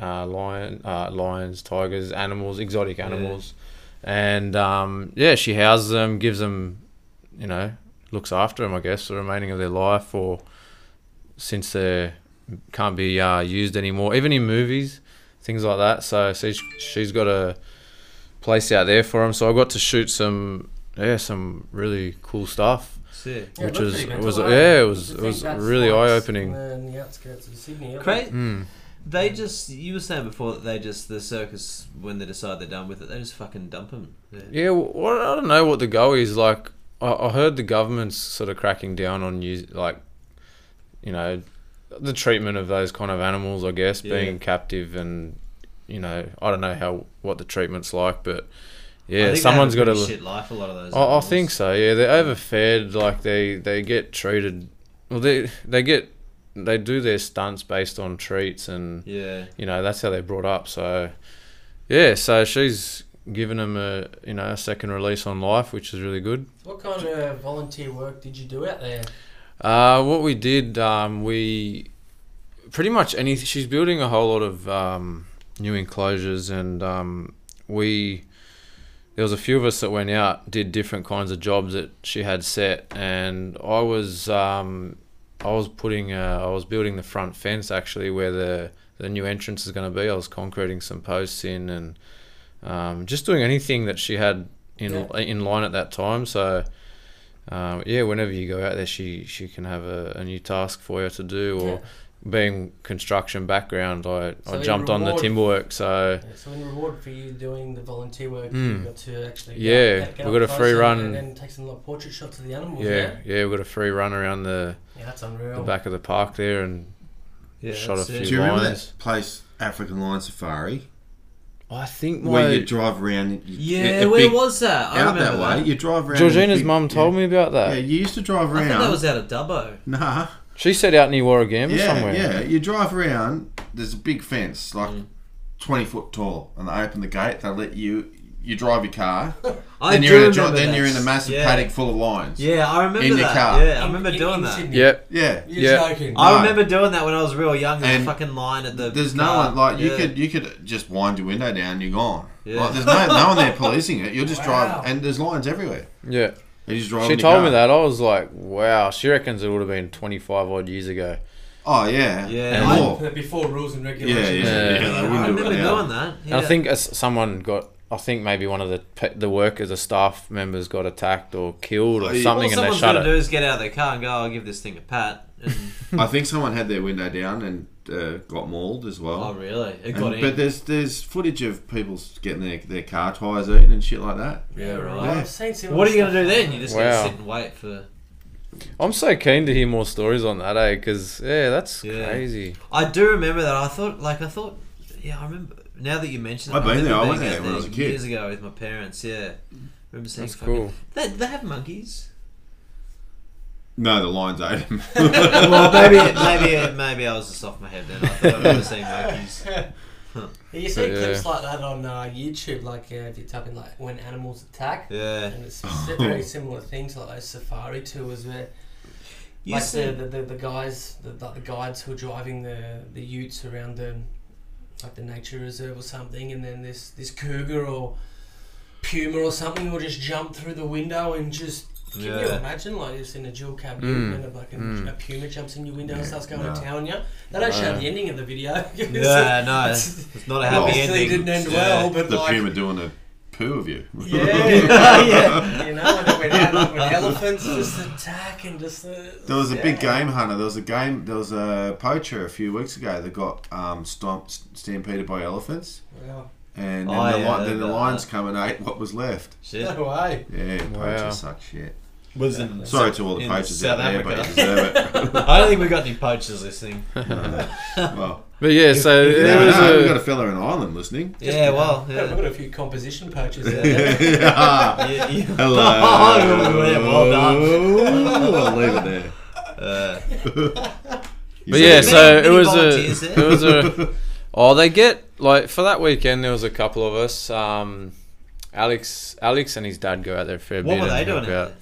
S4: Uh, lion, uh, lions, tigers, animals, exotic animals, and um, yeah, she houses them, gives them, you know, looks after them, I guess, the remaining of their life, or since they can't be uh, used anymore, even in movies, things like that. So, so she- she's got a place out there for them. So I got to shoot some, yeah, some really cool stuff.
S5: sick.
S3: Yeah, it
S4: which
S3: looked
S4: was
S3: pretty
S4: it
S3: mental,
S4: was
S3: eh?
S4: yeah it was
S3: To
S4: it
S3: think
S4: was
S3: that's
S4: really
S3: like
S4: eye opening.
S3: on the outskirts of Sydney. yeah.
S5: Great.
S4: Mm.
S5: They just you were saying before that they just the circus when they decide they're done with it they just fucking dump them.
S4: Yeah, well, I don't know what the go is. Like, I, I heard the government's sort of cracking down on you, like, you know, the treatment of those kind of animals. I guess
S5: Yeah.
S4: being captive, and you know, I don't know how what the treatment's like, but
S5: I
S4: yeah,
S5: think they
S4: someone's
S5: have
S4: got
S5: a
S4: to.
S5: pretty shit life. A lot of those.
S4: I, I
S5: animals.
S4: think so. Yeah, they're overfed. Like they they get treated. Well, they they get they do their stunts based on treats and
S5: Yeah.
S4: you know that's how they're brought up so yeah so she's given them a you know a second release on life which is really good
S3: What kind of volunteer work did you do out there?
S4: uh, what we did um, we pretty much any she's building a whole lot of um, new enclosures and um, we there was a few of us that went out did different kinds of jobs that she had set and i was um, i was putting uh, i was building the front fence actually where the the new entrance is going to be i was concreting some posts in and um, just doing anything that she had in in line at that time so um, yeah whenever you go out there she she can have a, a new task for you to do or being construction background i,
S3: So
S4: I
S3: you
S4: jumped on the
S3: reward-
S4: timber work so
S3: Yeah, so in reward for you doing the volunteer work,
S4: Mm.
S3: you got to actually get
S4: Yeah,
S3: up- get
S4: we
S3: up
S4: got a
S3: close
S4: free
S3: and-
S4: run.
S3: and then take some like portrait shots of the animals.
S4: yeah
S3: Oh, Yeah,
S4: yeah we got a free run around the
S3: yeah, that's
S4: the
S3: unreal.
S4: back of the park there and
S5: Yeah.
S4: Shot
S5: that's
S4: a
S5: it.
S2: [LAUGHS] Do
S4: few.
S2: you remember
S4: Lions.
S2: that place, African Lion Safari,
S4: I think
S2: where you
S4: my
S2: drive around? You,
S5: Yeah.
S2: a
S5: Where
S2: big-
S5: was that? I
S2: out
S5: remember
S2: that way. You drive around. in a
S4: Georgina's
S2: big-
S4: mum told
S2: yeah.
S4: me about
S2: Yeah,
S4: that.
S2: you used to drive
S5: I
S2: around.
S5: think that was out of Dubbo.
S2: nah.
S4: She said out near Warragamba
S2: Yeah,
S4: somewhere.
S2: yeah. You drive around. There's a big fence, like
S5: Mm.
S2: twenty foot tall, and they open the gate. They let you. You drive your car.
S5: [LAUGHS] I
S2: then
S5: do
S2: you're in a,
S5: remember
S2: dri- then
S5: that.
S2: you're in a massive
S5: yeah.
S2: paddock full of lions.
S5: Yeah, I remember
S2: In your
S5: that.
S2: car.
S5: Yeah, I
S3: In-
S5: remember
S3: in-
S5: doing
S3: in
S5: that.
S3: Sydney.
S4: Yep.
S2: Yeah.
S3: You're
S4: Yeah.
S3: joking.
S2: No.
S5: I remember doing that when I was real young. There's a
S2: And
S5: fucking line at the.
S2: There's no
S5: car.
S2: one like you
S5: Yeah.
S2: could you could just wind your window down. You're gone.
S5: Yeah.
S2: Like, there's no no
S5: [LAUGHS]
S2: one there policing it. You'll just
S3: Wow.
S2: drive and there's lions everywhere.
S4: yeah.
S2: You just drive.
S4: She
S2: in your
S4: told me
S2: car.
S4: that. I was like, wow. She reckons it would have been 25 odd years ago.
S2: Oh yeah.
S5: Yeah.
S2: And
S5: I- [LAUGHS]
S2: more.
S3: Before rules and
S2: Yeah, yeah,
S3: regulations.
S2: yeah.
S4: Yeah.
S2: they
S5: I
S2: wouldn't do
S5: remember
S2: it now.
S5: doing that. Yeah.
S4: And I think as someone got, I think maybe one of the pe- the workers, the staff members got attacked or killed
S2: Oh,
S4: or
S2: yeah.
S5: all
S4: something, and they
S5: someone's
S4: shut
S5: gonna
S4: it.
S5: do is get out of their car and go. I'll give this thing a pat.
S2: [LAUGHS]
S5: And,
S2: I think someone had their window down and uh, got mauled as well.
S5: oh really? It
S2: And-
S5: got in.
S2: but there's there's footage of people getting their, their car tires eaten and shit like that.
S5: Yeah, right.
S3: I've seen similar
S5: What are you gonna
S3: stuff
S5: do
S3: like
S5: then? You
S3: that.
S5: just
S4: Wow.
S5: gonna sit and wait for.
S4: I'm so keen to hear more stories on that, eh? Because yeah, that's
S5: Yeah.
S4: crazy.
S5: I do remember that. I thought, like, I thought, yeah, I remember. Now that you mention it,
S2: I've been
S5: remember
S2: there. I
S5: being
S2: went there
S5: out
S2: when I was a kid.
S5: years ago with my parents. Yeah, remember seeing
S4: That's
S5: fucking-
S4: cool.
S5: They, they have
S2: [LAUGHS]
S5: monkeys.
S2: No, the lions ate them.
S5: [LAUGHS] well, maybe,
S2: [LAUGHS]
S5: maybe, maybe I was just off my head then. I thought I remember seeing monkeys.
S3: Yeah, you see
S4: Yeah.
S3: clips like that on uh, YouTube, like uh, if you type in like when animals attack,
S5: Yeah, [LAUGHS]
S3: and it's very similar things like those safari tours where
S5: you
S3: like the,
S5: said
S3: the, the, the guys, the, like the guides who are driving the, the utes around the like the nature reserve or something, and then this this cougar or puma or something will just jump through the window and just Can you
S5: Yeah.
S3: imagine, like, it's in a dual cab
S5: Hmm.
S4: Mm.
S3: and a, like, a,
S4: Mm.
S3: a puma jumps in your window and starts going
S2: Nah.
S3: to town on you? That actually
S4: Nah.
S3: had the ending of the video. [LAUGHS]
S5: [LAUGHS] Yeah, no, it's, it's not a happy
S2: Obviously
S5: ending.
S3: didn't end
S5: Yeah.
S3: well, but
S2: The
S3: like,
S2: puma doing a poo of you. [LAUGHS]
S3: yeah, yeah, [LAUGHS] you know, and when, ele- when elephants just attack and just. Uh,
S2: There was a
S3: yeah.
S2: big game hunter. There was a game. There was a poacher a few weeks ago that got um, stomped, stampeded by elephants,
S3: Wow.
S2: and then,
S5: Oh,
S2: the,
S5: yeah,
S2: li- then the
S5: that-
S2: lions come and ate what was left.
S5: Shit.
S3: No way.
S2: Yeah, poachers
S4: Wow.
S2: suck shit.
S5: Was in
S2: Sorry to all the
S5: in
S2: poachers
S5: South
S2: out
S5: [LAUGHS]
S2: there, but you
S5: Africa.
S2: deserve it.
S5: I don't think we got any poachers listening. [LAUGHS]
S2: [LAUGHS] well,
S4: But yeah, so
S5: if-
S2: you
S4: there
S2: never
S4: was
S2: know. We've got a
S4: a
S2: fella in Ireland listening. [LAUGHS]
S5: yeah, well,
S3: Yeah. We've
S5: yeah.
S3: got a few composition poachers out
S5: [LAUGHS]
S3: there.
S2: Hello.
S5: Yeah, yeah. Oh, yeah, well done.
S2: [LAUGHS] I'll leave it
S4: [LAUGHS]
S2: there.
S5: Uh,
S2: You
S4: but
S2: said
S4: yeah,
S2: it.
S4: so
S5: Many
S4: it was a
S5: volunteers eh?
S4: it
S5: there.
S4: was a oh they get like for that weekend there was a couple of us. Um, Alex Alex and his dad go out there a fair
S5: what
S4: bit.
S5: were
S4: and
S5: they doing?
S4: help out.
S5: Out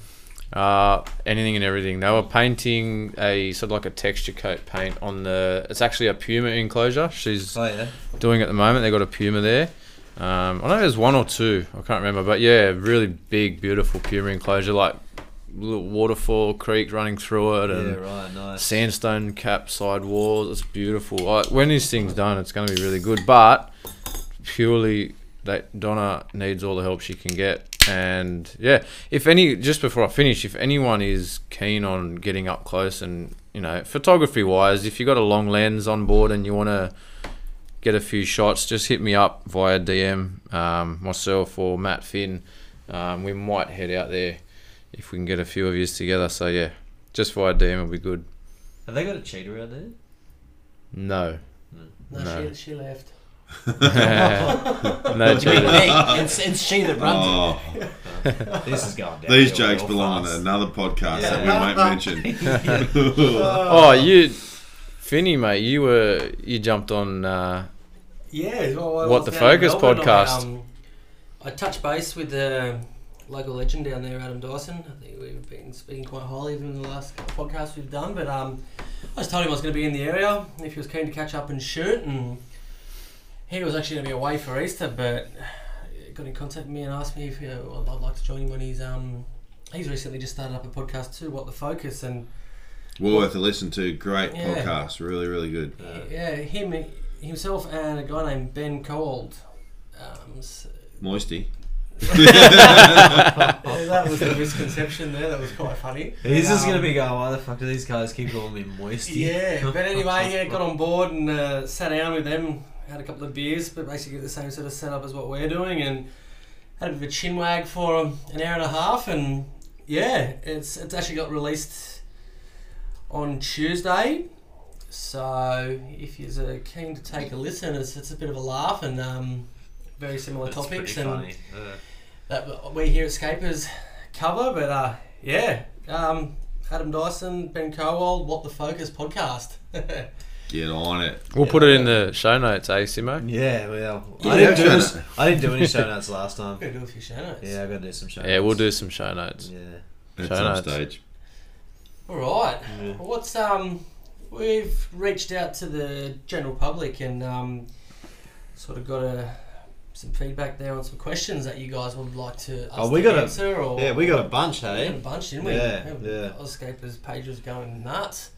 S4: Uh, anything and everything. They were painting a sort of like a texture coat paint on the. It's actually a puma enclosure. She's
S5: there? Oh yeah.
S4: doing at the moment. They got a puma there. Um, I know there's one or two. I can't remember, but yeah, really big, beautiful puma enclosure, like little waterfall creek running through it,
S5: Yeah,
S4: and
S5: right. Nice.
S4: sandstone cap side walls. It's beautiful. I, when this thing's done, it's going to be really good. But purely that Donna needs all the help she can get. And yeah, if any, just before I finish, if anyone is keen on getting up close and you know, photography wise, if you got a long lens on board and you want to get a few shots, just hit me up via DM, um, myself or Matt Finn. Um, we might head out there if we can get a few of yous together. So yeah, just via DM will be good.
S5: Have they got a cheater out there?
S4: No. [LAUGHS]
S3: No,
S4: No.
S3: She, she left.
S4: no
S3: [LAUGHS]
S4: cheating.
S5: it's, it's she that
S2: [LAUGHS] Oh,
S5: it. This is going down.
S2: these jokes belong on another podcast that we
S5: Yeah.
S2: won't mention.
S4: [LAUGHS]
S2: [LAUGHS]
S4: Oh, you, Finny, mate, you were you jumped on. Uh,
S3: Yeah. Well, I
S4: What
S3: was
S4: the
S3: down in
S4: Focus
S3: Melbourne,
S4: podcast?
S3: I, um, I touched base with the local legend down there, Adam Dyson. I think we've been speaking quite highly of him in the last couple of podcasts we've done. But um, I just told him I was going to be in the area if he was keen to catch up and shoot. And he was actually going to be away for Easter, but he got in contact with me and asked me if uh, I'd I'd like to join him when he's um. He's recently just started up a podcast too, What the Focus, and
S2: Well worth a listen to. Great
S3: Yeah.
S2: podcast. Really, really good.
S4: Uh.
S3: yeah, him himself and a guy named Ben Cold. Um, s-
S2: Moisty.
S3: that was a misconception there. That was quite funny.
S5: This is
S3: Um,
S5: going to be going, why the fuck do these guys keep calling me moisty? [LAUGHS]
S3: Yeah, but anyway, yeah, got on board and uh, sat down with them, had a couple of beers, but basically the same sort of setup as what we're doing, and had a bit of a chin wag for um, an hour and a half, and yeah, it's it's actually got released on Tuesday. So if you're keen to take a listen, it's, it's a bit of a laugh and um, very similar
S5: That's
S3: topics,
S5: pretty
S3: and
S5: funny. Uh,
S3: that we here at Scapers cover, but uh, yeah, um, Adam Dyson, Ben Cowell, What the Focus podcast. [LAUGHS]
S2: Get on it.
S4: we'll put it in the show notes, eh, Simo?
S5: yeah, well,
S2: Yeah,
S5: I, didn't do
S2: show
S5: this, I didn't do any show notes last time.
S3: [LAUGHS] I'm gonna do a few show notes.
S5: Yeah, I've got to do some show notes.
S4: Yeah, we'll do some show notes.
S5: Yeah.
S2: At
S4: Show
S2: some
S4: notes.
S2: stage.
S3: All right.
S5: Yeah.
S3: Well, what's um, we've reached out to the general public and um, sort of got a some feedback there on some questions that you guys would like to us
S5: Oh, we
S3: to
S5: got a-
S3: answer or
S5: Yeah, we got a bunch,
S3: We had a
S5: hey?
S3: bunch, didn't we?
S5: Yeah, yeah.
S3: Oscaper's page was going nuts.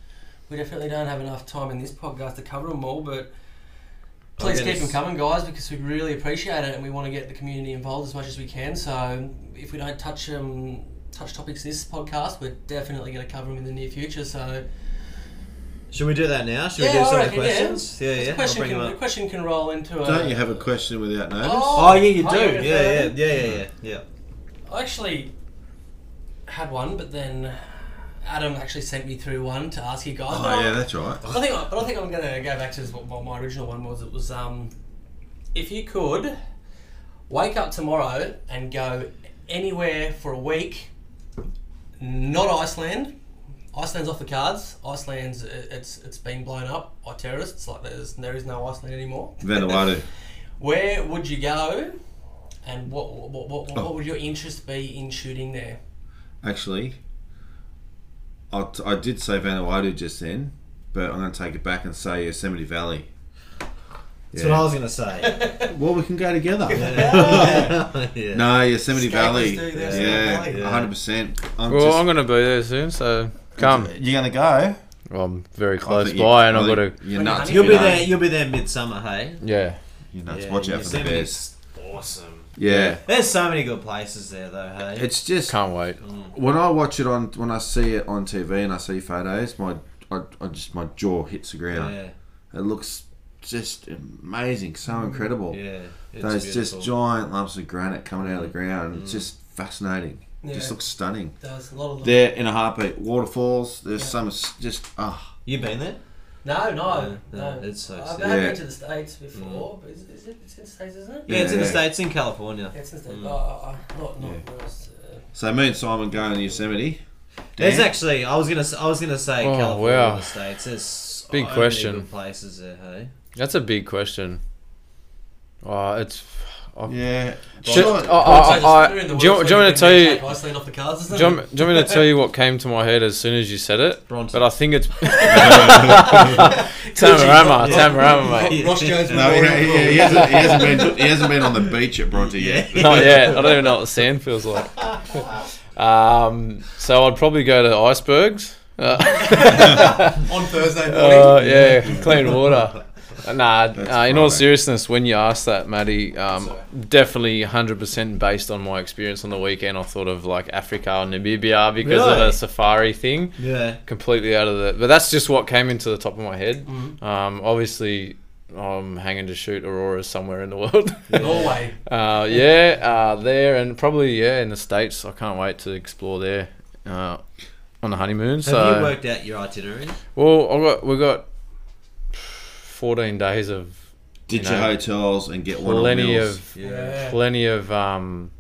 S3: We definitely don't have enough time in this podcast to cover them all, but please
S5: Okay,
S3: keep them
S5: this-
S3: coming, guys, because we really appreciate it and we want to get the community involved as much as we can. So if we don't touch um, touch topics this podcast, we're definitely going to cover them in the near future. So
S5: Should we do that now? Should
S3: Yeah,
S5: we do
S3: I
S5: some of the
S3: reckon, yeah.
S5: questions? Yeah, yeah.
S3: the,
S5: I'll
S3: question
S5: bring
S3: can,
S5: them
S3: the
S5: up.
S3: question can roll into a.
S2: Don't you have a question without notice?
S3: Oh.
S5: Oh, yeah, you
S3: Oh, yeah,
S5: do. Yeah, yeah,
S3: yeah.
S5: yeah, yeah, yeah. yeah.
S3: I actually had one, but then Adam actually sent me through one to ask you guys. but
S2: Oh,
S3: I-
S2: yeah, that's right.
S3: I think, but I think I'm going to go back to this, what, what my original one was. It was um, if you could wake up tomorrow and go anywhere for a week, not Iceland. Iceland's off the cards. Iceland's it- it's it's been blown up by terrorists. Like there's there is no Iceland anymore.
S2: Vanuatu.
S3: Where would you go, and what what, what, what,
S2: Oh.
S3: what would your interest be in shooting there?
S2: Actually, I, t- I did say Vanuatu just then, but I'm going to take it back and say Yosemite Valley.
S5: That's
S2: Yeah.
S5: what I was gonna say.
S2: Well, we can go together. [LAUGHS]
S5: Yeah. [LAUGHS] Yeah.
S2: No, Yosemite
S1: Skaters
S2: Valley.
S1: do this,
S2: Yeah,
S1: Yosemite
S5: Valley.
S2: 100%. I'm
S4: Well,
S2: just-
S4: I'm going to be there soon, so come.
S2: You're going to go?
S4: Well, I'm very
S2: I
S4: close
S2: think you-
S4: by, and
S2: I
S4: I've got
S2: think
S4: to.
S2: You're nuts. if
S5: You'll
S2: you
S5: be
S2: don't.
S5: there. You'll be there midsummer, hey.
S4: Yeah.
S2: You're nuts.
S5: Yeah,
S2: Watch out for the bears.
S5: Yosemite's Awesome.
S2: Yeah.
S5: There's so many good places there, though. Hey.
S2: It's just
S4: Can't wait.
S2: when I watch it on when I see it on TV and I see photos, my I, I just my jaw hits the ground.
S5: yeah.
S2: It looks just amazing, so incredible.
S5: Yeah. It's
S2: Those
S5: beautiful. Mm.
S2: just giant lumps of granite coming out of the ground. It's just fascinating. It
S3: Yeah.
S2: Just looks stunning.
S3: There's a lot of them.
S2: There in a heartbeat, waterfalls. There's
S3: Yeah.
S2: some s- just ah.
S5: You been there?
S3: No, no,
S5: No,
S3: no.
S5: it's so
S3: I've
S5: sick.
S3: I've
S2: Yeah.
S3: been to the States before. But is, is it, it's in the States, isn't it?
S5: Yeah, it's in the
S2: Yeah.
S5: states, in California.
S3: Yeah, it's in the States.
S5: Mm.
S3: Oh, oh, oh, not, not
S2: Yeah.
S3: where else, uh,
S2: So me and Simon going to Yosemite.
S5: There's
S2: Dan?
S5: actually, I was gonna, s- I was gonna say
S4: Oh,
S5: California,
S4: wow.
S5: in the states. There's so
S4: Big
S5: many
S4: question.
S5: good places there, hey.
S4: That's a big question. Oh, it's.
S2: Yeah.
S4: Shit,
S2: Well,
S4: I- I- Oh, I-
S3: We're in the
S4: do
S3: worst
S4: you want do you want me to
S3: way
S4: tell you?
S3: take Iceland off the cards, isn't
S4: Do
S3: it?
S4: you want, do you want me to tell you what came to my head as soon as you said it?
S5: Bronson.
S4: But I think it's Tamarama, Tamarama, mate.
S5: Ross Jones
S2: [LAUGHS] No, he,
S5: [LAUGHS]
S2: he, he, hasn't, he hasn't been. He hasn't been on the beach at Bronte yet.
S4: Not yet. I don't even know what the sand feels like. Um, so I'd probably go to icebergs. Uh,
S1: On Thursday morning.
S4: Uh, yeah, clean water. Nah, uh, in all
S2: right.
S4: seriousness, when you asked that, Maddie, um, definitely 100% based on my experience on the weekend, I thought of like Africa or Namibia because of the
S5: Really?
S4: safari thing.
S5: Yeah.
S4: Completely out of the. But that's just what came into the top of my head. Um, obviously, I'm hanging to shoot Aurora somewhere in the world. [LAUGHS]
S3: Norway.
S4: Uh, yeah, uh, there and probably yeah in the states. I can't wait to explore there uh, on the honeymoon.
S5: Have
S4: so
S5: you worked out your itinerary?
S4: well, I got we got fourteen days of
S2: Ditch
S4: You
S2: your
S4: know,
S2: hotels and get one. on
S4: plenty
S2: meals.
S4: of
S3: Yeah.
S4: plenty of um,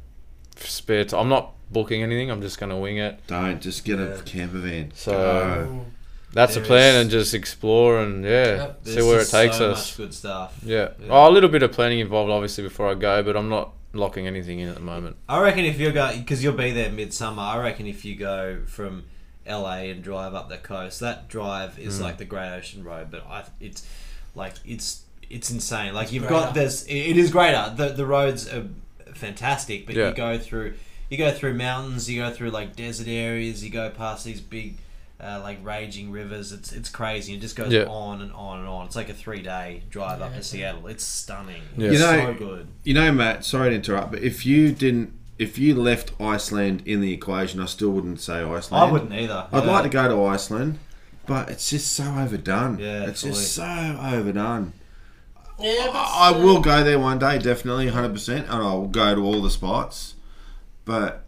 S4: spare. T- I'm not booking anything. I'm just gonna wing it.
S2: Don't just get
S5: Yeah.
S2: a camper van.
S4: So-
S2: Go.
S4: That's
S5: There
S4: the plan,
S5: is-
S4: and just explore and yeah,
S3: Yep.
S4: see
S5: There's
S4: where it
S5: just
S4: takes
S5: so
S4: us.
S5: Much good stuff.
S4: Yeah,
S5: Yeah.
S4: Oh, a little bit of planning involved obviously before I go, but I'm not locking anything in at the moment.
S5: I reckon if you go, because you'll be there midsummer. I reckon if you go from LA and drive up the coast, that drive is like the Great Ocean Road, but I, it's like it's it's insane. Like
S3: It's
S5: you've got
S3: greater.
S5: this, it it is greater. the The roads are fantastic, but
S4: Yeah.
S5: you go through you go through mountains, you go through like desert areas, you go past these big. Uh, like raging rivers, it's it's crazy. It just goes
S4: Yeah.
S5: on and on and on. It's like a three day drive up
S3: Yeah.
S5: to Seattle. It's stunning.
S4: Yeah.
S5: It's
S2: You know-
S5: so good.
S2: You know, Matt. Sorry to interrupt, but if you didn't, if you left Iceland in the equation, I still wouldn't say Iceland.
S5: I wouldn't either.
S2: I'd
S5: Yeah.
S2: like to go to Iceland, but it's just so overdone.
S5: Yeah,
S2: it's just so overdone.
S3: Yeah, but,
S2: I I
S3: uh,
S2: will go there one day, definitely, hundred percent, and I'll go to all the spots. But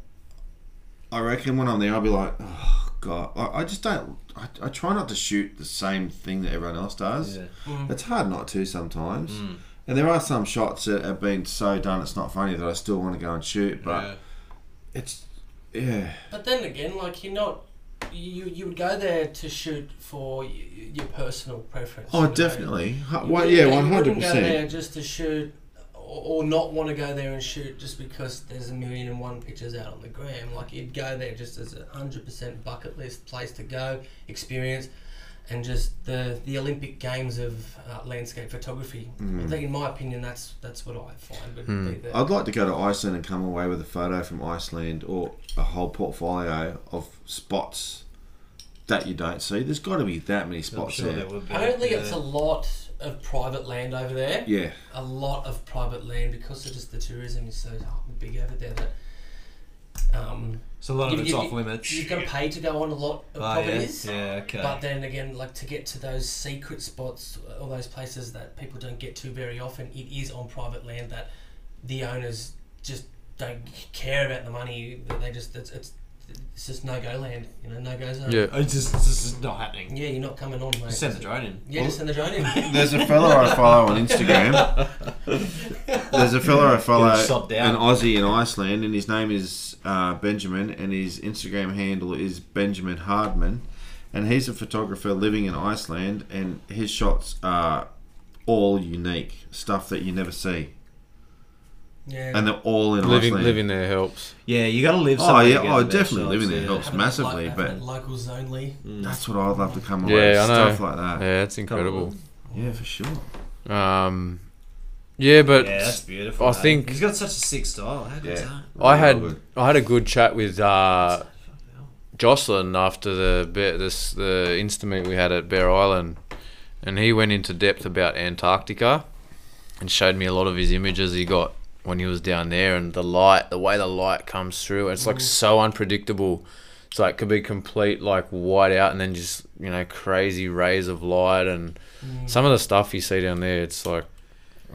S2: I reckon when I'm there, I'll be like, oh god, I, I just don't. I, I try not to shoot the same thing that everyone else does. Mm.
S5: Yeah. Mm.
S2: It's hard not to sometimes. And there are some shots that have been so done it's not funny that I still want to go and shoot, but
S5: Yeah.
S2: it's yeah,
S3: But then again, like you're not. You you would go there to shoot for y- y- your personal preference. you
S2: oh
S3: know?
S2: definitely, Hu-
S3: You
S2: well,
S3: wouldn't-
S2: yeah,
S3: you
S2: one hundred
S3: wouldn't Go there
S2: percent.
S3: just to shoot, or, or not want to go there and shoot just because there's a million and one pictures out on the gram. Like you'd go there just as a hundred percent bucket list place to go, experience, and just the the Olympic Games of uh, landscape photography.
S2: Hmm.
S3: I think, in my opinion, that's that's what I find would be the.
S2: I'd like to go to Iceland and come away with a photo from Iceland or a whole portfolio of spots that you don't see. There's got to be that many
S5: I'm
S2: spots
S5: sure
S2: there.
S5: there would be.
S3: I don't think
S5: yeah.
S3: it's a lot of private land over there.
S2: Yeah,
S3: a lot of private land because of just the tourism is so uh, big over there that um,
S5: So a lot of
S3: You-
S5: it's
S3: you-
S5: off limits.
S3: you've got to pay to go on a lot of
S5: Oh, yeah.
S3: properties.
S5: yeah, okay.
S3: But then again, like to get to those secret spots, all those places that people don't get to very often, it is on private land that the owners just don't care about the money. that They just it's it's, it's just no go land, you know, no go zone.
S4: Yeah,
S5: Oh, it's just, it's just not happening.
S3: Yeah, you're not coming on, mate.
S5: Just send the drone in.
S3: Yeah, just send the drone in.
S5: [LAUGHS]
S2: there's a fella I follow on Instagram. There's a fella I follow,
S5: Get him subbed
S2: an
S5: out.
S2: Aussie in Iceland, and his name is uh, Benjamin, and his Instagram handle is Benjamin Hardman, and he's a photographer living in Iceland, and his shots are all unique stuff that you never see,
S3: Yeah.
S2: and they're all in
S4: living
S2: Iceland.
S4: living there helps.
S5: Yeah, you got to live.
S2: Oh
S5: somewhere
S2: yeah,
S5: to get
S2: oh
S5: the best
S2: definitely living there
S5: shots,
S2: helps
S3: Having it
S2: massively,
S3: like,
S2: but
S3: having it locals only.
S2: that's what I'd love to come away
S4: Yeah,
S2: with
S4: I know.
S2: stuff like that.
S4: Yeah, it's incredible.
S2: Yeah, for sure.
S4: Um, Yeah, but
S5: yeah, that's beautiful.
S4: I
S5: mate.
S4: think-
S5: he's got such a sick style. How good's
S2: Yeah.
S5: that?
S4: I
S2: Really
S4: had
S2: good.
S4: I had a good chat with uh,
S5: Fucking hell.
S4: Jocelyn after the bear, this the Insta meet we had at Bear Island, and he went into depth about Antarctica, and showed me a lot of his images he got when he was down there, and the light, the way the light comes through, it's like so unpredictable. It's like could be complete like white out, and then just you know crazy rays of light, and
S5: Mm.
S4: some of the stuff you see down there, it's like,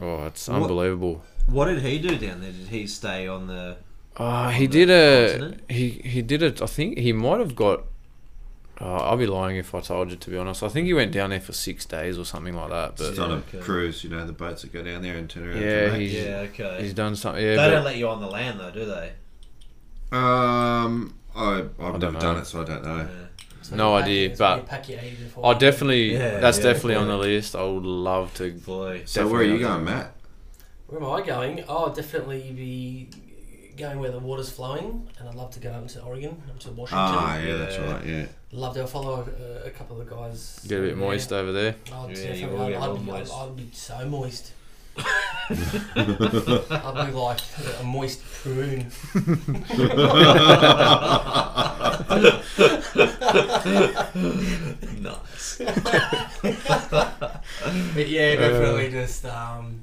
S4: oh, it's
S5: What-
S4: unbelievable.
S5: What did he do down there? Did he stay on the?
S4: Uh, he
S5: the
S4: did a
S5: continent?
S4: he he did it. I think he might have got. Uh, I'll be lying if I told you to be honest. I think he went down there for six days or something like that.
S2: It's
S4: But
S2: on a
S5: okay.
S2: cruise, you know, the boats that go down there and turn around.
S4: Yeah,
S2: to
S4: he's-
S5: Yeah, okay.
S4: he's done something. Yeah,
S5: they
S4: but-
S5: don't let you on the land though, do they?
S2: um, I, I've
S4: don't
S2: never
S4: know.
S2: done it, so I don't know.
S3: It's like a
S4: No
S3: pack-
S4: idea,
S3: it's like
S4: but
S3: a pack you ate before.
S4: I definitely
S5: Yeah,
S4: that's
S5: yeah,
S4: definitely on
S5: yeah.
S4: the list. I would love to.
S5: Boy,
S2: [LAUGHS] So where are you
S4: Definitely not.
S2: going, Matt?
S3: Where am I going? Oh, I'd definitely be going where the water's flowing, and I'd love to go up to Oregon, up to Washington.
S2: Ah, yeah, that's
S5: Yeah.
S2: right. Yeah,
S3: Love to follow a, a couple of the guys.
S4: Get a bit
S3: over there.
S4: moist eh? over there.
S3: Oh,
S5: Yeah,
S3: definitely.
S5: you will
S3: I'd,
S5: get
S3: I'd,
S5: real
S3: be, I'd,
S5: moist.
S3: I'd be so moist.
S2: [LAUGHS]
S3: I'd be like a moist prune.
S5: [LAUGHS] [LAUGHS] nice. [LAUGHS]
S3: [LAUGHS] But yeah, definitely just um,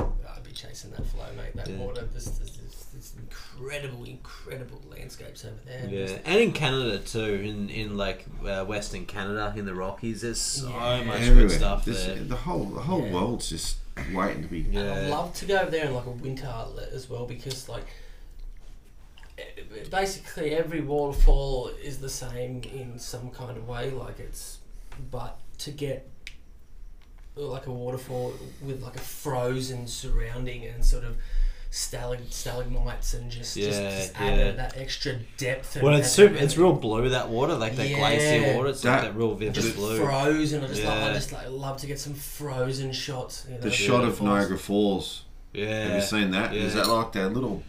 S3: I'd be chasing that flow, mate. That
S5: Yeah.
S3: water, this, this, this, this incredible, incredible landscapes over there.
S5: Yeah,
S3: Just-
S5: and in Canada too, in in like uh, Western Canada, in the Rockies, there's so
S3: Yeah.
S5: much
S2: everywhere.
S5: good stuff
S2: This-
S5: there.
S2: the whole the whole
S3: Yeah.
S2: world's just waiting to be.
S3: I'd
S5: Yeah,
S3: love to go over there in like a winter outlet as well because like. e- Basically, every waterfall is the same in some kind of way. Like it's, but to get like a waterfall with like a frozen surrounding and sort of stalag- stalagmites and just just,
S5: Yeah,
S3: just
S5: yeah.
S3: add that extra depth. and
S5: well, it's
S3: that-
S5: super. It's real blue that water, like that
S3: Yeah.
S5: glacier water. It's like
S2: That-
S5: that real vivid
S3: just
S5: blue.
S3: frozen. I just like, I
S5: Yeah.
S3: just like love to get some frozen shots. You know,
S2: The
S3: of
S2: shot of
S3: waterfalls.
S2: Niagara Falls.
S5: yeah,
S2: Have you seen that? Is
S5: Yeah.
S2: that like that little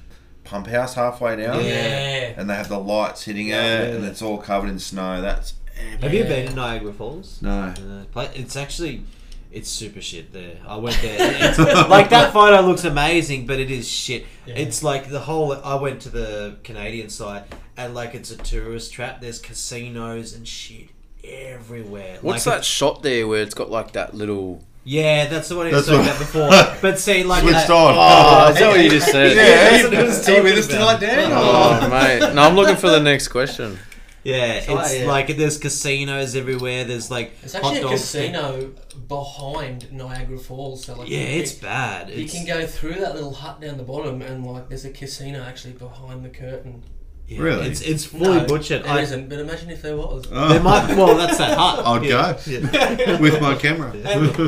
S2: pump house halfway down?
S3: Yeah.
S2: And they have the lights hitting it,
S5: Yeah.
S2: and it's all covered in snow. That's epic.
S5: Have you been to Niagara Falls?
S2: no.
S5: Uh, pla- It's actually, it's super shit there. I went [LAUGHS] there. It's, like that photo looks amazing, but it is shit.
S3: Yeah.
S5: It's like the whole. I went to the Canadian side, and like it's a tourist trap. There's casinos and shit everywhere.
S4: What's
S5: like
S4: that shot there where it's got like that little?
S5: Yeah, that's the one he was
S2: That's
S5: talking about
S2: [LAUGHS]
S5: before. But see, like
S2: Switched
S5: that,
S2: on.
S4: Oh, is that what you just said?
S5: Yeah, that's what I was
S2: Are you
S5: talking
S2: with us
S5: about.
S2: tonight, Dan?
S4: [LAUGHS] Oh
S2: [LAUGHS]
S4: mate, no, I'm looking for the next question.
S5: Yeah, it's
S3: Oh, yeah.
S5: like there's casinos everywhere. There's like
S3: It's actually
S5: hot
S3: a
S5: dogs.
S3: casino behind Niagara Falls. So like
S5: Yeah,
S3: you-
S5: it's bad.
S3: You
S5: It's,
S3: can go through that little hut down the bottom, and like there's a casino actually behind the curtain.
S5: yeah,
S2: Really?
S5: it's it's fully
S3: No,
S5: butchered.
S3: There
S5: I,
S3: not but imagine if there was.
S5: [LAUGHS] there [LAUGHS] might well that's that hut.
S2: [LAUGHS] I'd
S5: Yeah.
S2: go
S5: Yeah. [LAUGHS]
S2: with my [LAUGHS] camera.
S3: [LAUGHS] no,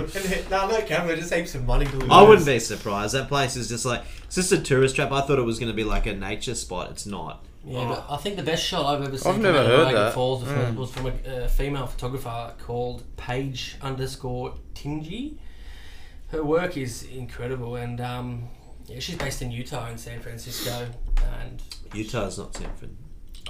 S3: no camera, just heaps of money.
S5: I wouldn't be surprised. That place is just like it's just a tourist trap. I thought it was going to be like a nature spot. It's not.
S3: Yeah, but I think the best shot I've ever seen from
S4: never
S3: out of
S4: heard
S3: Niagara
S4: that.
S3: Falls was
S5: Mm.
S3: from, was from a, uh female photographer called Paige underscore Tingy. Her work is incredible, and um, yeah, she's based in Utah and San Francisco. And
S5: Utah's not San Francisco.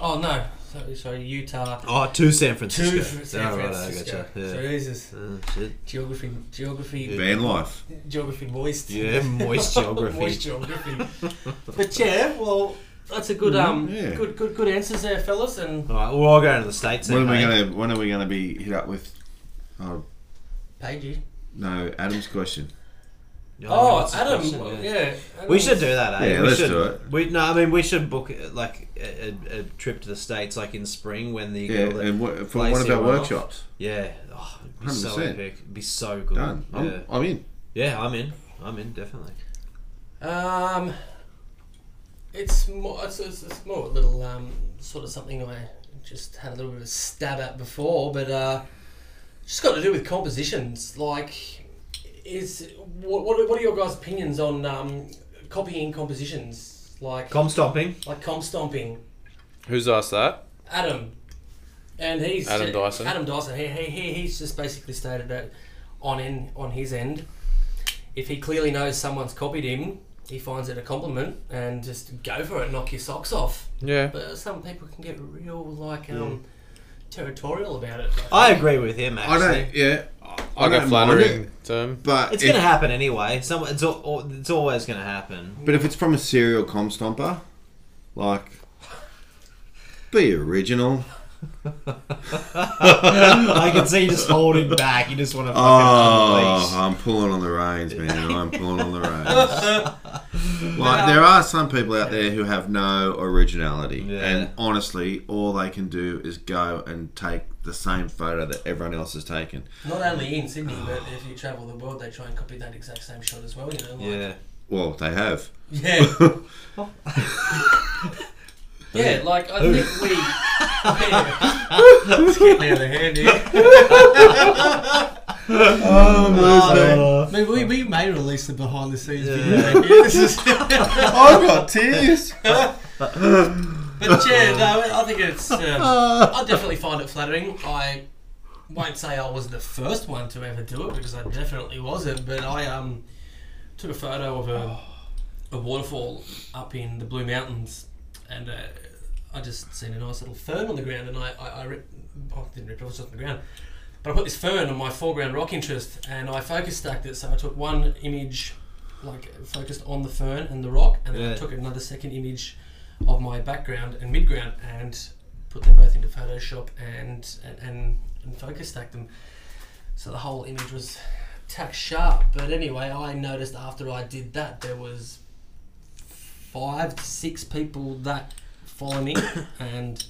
S3: oh no, sorry, sorry Utah.
S5: Oh, to San Francisco.
S3: Two from San
S5: Oh, right, I
S3: Francisco.
S5: gotcha. Yeah.
S3: Jesus,
S5: Oh, shit.
S3: geography, geography,
S2: Van life.
S3: geography, moist.
S5: Yeah,
S3: [LAUGHS]
S5: moist geography.
S3: Moist geography.
S5: [LAUGHS]
S3: but yeah, well, that's a
S5: Mm-hmm.
S3: good, um,
S2: yeah.
S3: good, good, good answers there, fellas, and
S5: All right, we're all going to the states.
S2: When
S5: then,
S2: are we
S5: mate.
S2: gonna When are we gonna be hit up with? Oh
S3: Paige. you.
S2: no, Adam's question.
S5: Yeah,
S3: Oh,
S5: that's the
S3: Adam.
S5: question,
S3: well,
S5: yeah.
S3: yeah.
S5: We should do that, eh?
S2: Yeah,
S5: we
S2: let's
S5: should,
S2: do it.
S5: We, no, I mean, we should book uh, like a, a, a trip to the States like in spring when the.
S2: Yeah,
S5: all the-
S2: and what, for
S5: place
S2: one of our
S5: you are.
S2: workshops.
S5: yeah. Oh, it'd be so
S2: 100%.
S5: epic. It'd be so good.
S2: Done.
S5: Yeah.
S2: I'm, I'm in.
S5: yeah, I'm in. I'm in, definitely.
S3: that. Um, it's more. It's, it's, it's more a little um sort of something I just had a little bit of a stab at before, but uh, just got to do with compositions. Like, is what what are, what are your guys' opinions on um copying compositions? Like
S5: Com stomping.
S3: like comp stomping.
S4: Who's asked that?
S3: Adam, and he's
S4: Adam Dyson.
S3: Adam Dyson. He, he, he he's just basically stated that on in on his end, if he clearly knows someone's copied him, he finds it a compliment and just go for it, knock your socks off.
S4: Yeah.
S3: But some people can get real like um territorial about it.
S5: I agree with him,
S2: I
S5: actually.
S2: don't. Yeah, I-
S4: like a
S2: don't mind
S4: flattering
S2: it,
S4: term.
S2: But
S5: It's
S2: if-
S5: going to happen anyway. Some, it's, al- al- it's always going to happen. [LAUGHS]
S2: But if it's from a serial com stomper, like, be original.
S5: I can see you just holding back. You just want to fucking
S2: Oh,
S5: unleash.
S2: I'm pulling on the reins, man. I'm pulling on the
S5: [LAUGHS]
S2: reins. Like, there are some people out there who have no originality.
S5: Yeah.
S2: And honestly, all they can do is go and take the same photo that everyone else has taken.
S3: Not only in Sydney, but if you travel the world, they try and copy that exact same shot as well. You know, like,
S5: Yeah.
S2: Well,
S5: [LAUGHS]
S2: they have. Oh,
S3: yeah, yeah. Like I think we. [LAUGHS] Yeah. It's getting out of hand here.
S5: Oh,
S6: Maybe we, we may release the behind the scenes
S5: Yeah.
S6: video.
S2: [LAUGHS]
S6: This is
S2: I've got
S3: [LAUGHS]
S2: tears.
S3: But yeah, no, I think it's. Um, I definitely find it flattering. I won't say I was the first one to ever do it because I definitely wasn't. But I um took a photo of a a waterfall up in the Blue Mountains, and uh, I just seen a nice little fern on the ground, and I I, I ripped, oh, I didn't rip it, it was just on the ground. But I put this fern on my foreground rock interest, and I focus stacked it. So I took one image, like focused on the fern and the rock, and then I
S5: Yeah.
S3: took another second image of my background and midground, and put them both into Photoshop and and, and, and focus stacked them. So the whole image was tack sharp. But anyway, I noticed after I did that, there was five, six people that follow
S5: [COUGHS]
S3: me, and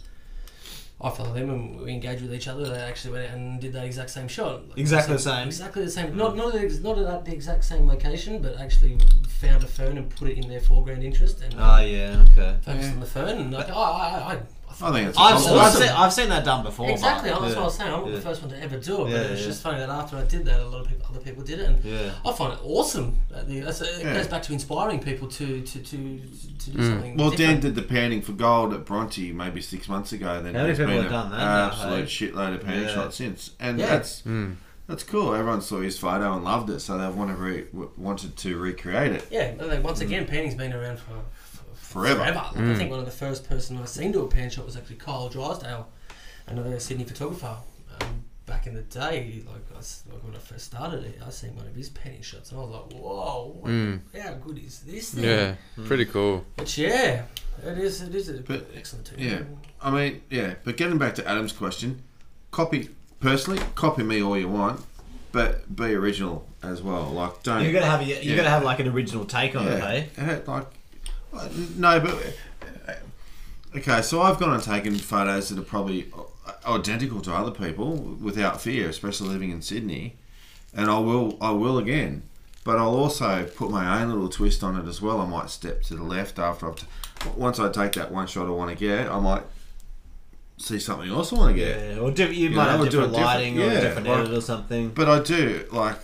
S3: I follow them, and we engage with each other. They actually went out and did that exact same shot. Like,
S5: Exactly the
S3: so-
S5: same.
S3: Exactly the same. Not not at, ex- not at the exact same location, but actually found a fern and put it in their foreground interest and
S5: Oh, yeah, okay.
S3: focused
S6: yeah.
S3: on the fern. And like, oh, I, I, I, I
S2: I think it's
S5: I've,
S2: awesome.
S5: I've, seen, I've seen that done before.
S3: Exactly,
S5: Mark.
S3: that's
S5: yeah.
S3: what I was saying. I'm not
S5: Yeah.
S3: the first one to ever do it,
S5: Yeah,
S3: but it's
S5: yeah.
S3: just funny that after I did that, a lot of people, other people did it, and
S5: Yeah.
S3: I find it awesome. That the- that's- It
S2: Yeah.
S3: goes back to inspiring people to to, to, to do
S4: Mm.
S3: something.
S2: Well, Dan
S3: different.
S2: did the panning for gold at Bronte maybe six months ago. Then
S5: How many
S2: there's
S5: people
S2: been
S5: have
S2: a
S5: done that now, hey?
S2: Absolute shitload of panning
S5: Yeah.
S2: shots since, and
S3: Yeah.
S2: that's
S4: Mm.
S2: that's cool. Everyone saw his photo and loved it, so they want to re- w- wanted to recreate it.
S3: yeah. and Like, once again, panning's been around for, for
S2: Mm. Forever.
S3: Like, I
S4: Mm.
S3: think one of the first person I seen do a pan shot was actually Kyle Drysdale, another Sydney photographer. Um, back in the day, like, I s like when I first started it, I seen one of his panning shots, and I was like, whoa, what,
S4: Mm.
S3: how good is this? Thing?
S4: Yeah,
S5: Hmm.
S4: pretty cool.
S3: But yeah, it is. It is an
S2: But,
S3: excellent tool.
S2: yeah. I mean, yeah. But getting back to Adam's question, copy personally, copy me all you want, but be original as well. Like, don't
S5: You're gonna have a, you're
S2: Yeah.
S5: gonna have like an original take on it, eh? hey?
S2: Yeah, like uh, no, but uh, okay. So I've gone and taken photos that are probably i- identical to other people without fear, especially living in Sydney, and I will, I will again. But I'll also put my own little twist on it as well. I might step to the left after I've t- once I take that one shot I want to get. I might see something else I want to get.
S5: Yeah, or diff- you
S2: Yeah,
S5: might
S2: I
S5: have
S2: would do
S5: different
S2: it different-
S5: lighting or
S2: yeah,
S5: a different
S2: like-
S5: edit or something.
S2: But I do like.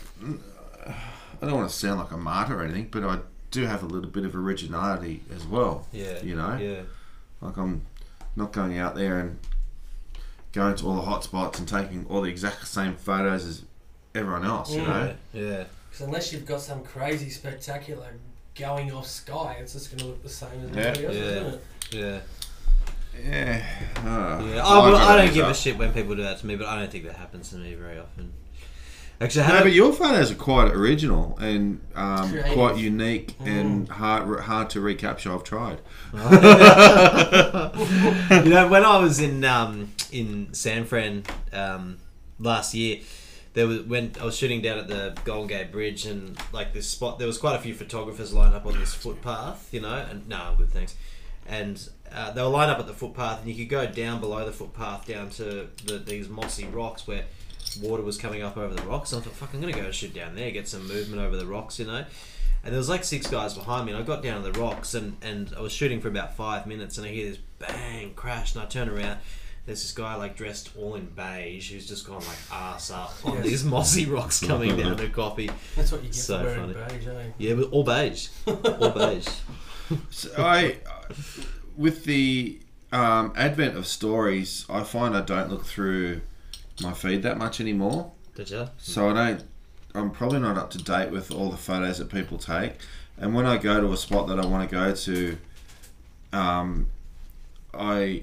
S2: I don't want to sound like a martyr or anything, but I do have a little bit of originality as well.
S5: Yeah,
S2: You know,
S5: yeah,
S2: like I'm not going out there and going to all the hot spots and taking all the exact same photos as everyone else. You
S3: Mm.
S2: know,
S5: yeah.
S3: Because unless you've got some crazy spectacular going off sky, it's just going to look the same as
S2: Yeah.
S3: everybody else,
S5: Yeah.
S3: isn't it?
S5: Yeah,
S2: yeah. Oh,
S5: yeah.
S2: well,
S5: I, will,
S2: got
S5: I
S2: these
S5: don't give
S2: up.
S5: a shit when people do that to me, but I don't think that happens to me very often. Actually, I
S2: No,
S5: had
S2: but your photos are quite original and um,
S3: Creative.
S2: quite unique
S5: Mm.
S2: and hard hard to recapture.
S5: [LAUGHS]
S2: I've tried. [LAUGHS]
S5: you know, when I was in um, in San Fran um, last year, there was when I was shooting down at the Golden Gate Bridge and like this spot, there was quite a few photographers lined up on this footpath, you know, and no, I'm good thanks. And uh, they were lined up at the footpath, and you could go down below the footpath down to the, these mossy rocks where water was coming up over the rocks. And I thought, fuck, I'm gonna go and shoot down there, get some movement over the rocks, you know. And there was like six guys behind me, and I got down to the rocks, and, and I was shooting for about five minutes, and I hear this bang crash, and I turn around. There's this guy like dressed all in beige who's just gone like ass up on
S3: Yes.
S5: these mossy rocks coming
S2: Mm-hmm.
S5: down to coffee.
S3: That's what you get
S5: So
S3: for wearing
S5: funny.
S3: beige, eh?
S5: Yeah, but all beige, all
S2: [LAUGHS]
S5: beige.
S2: So I, with the um, advent of stories, I find I don't look through my feed that much anymore.
S5: Did you?
S2: So I don't. I'm probably not up to date with all the photos that people take. And when I go to a spot that I want to go to, um, I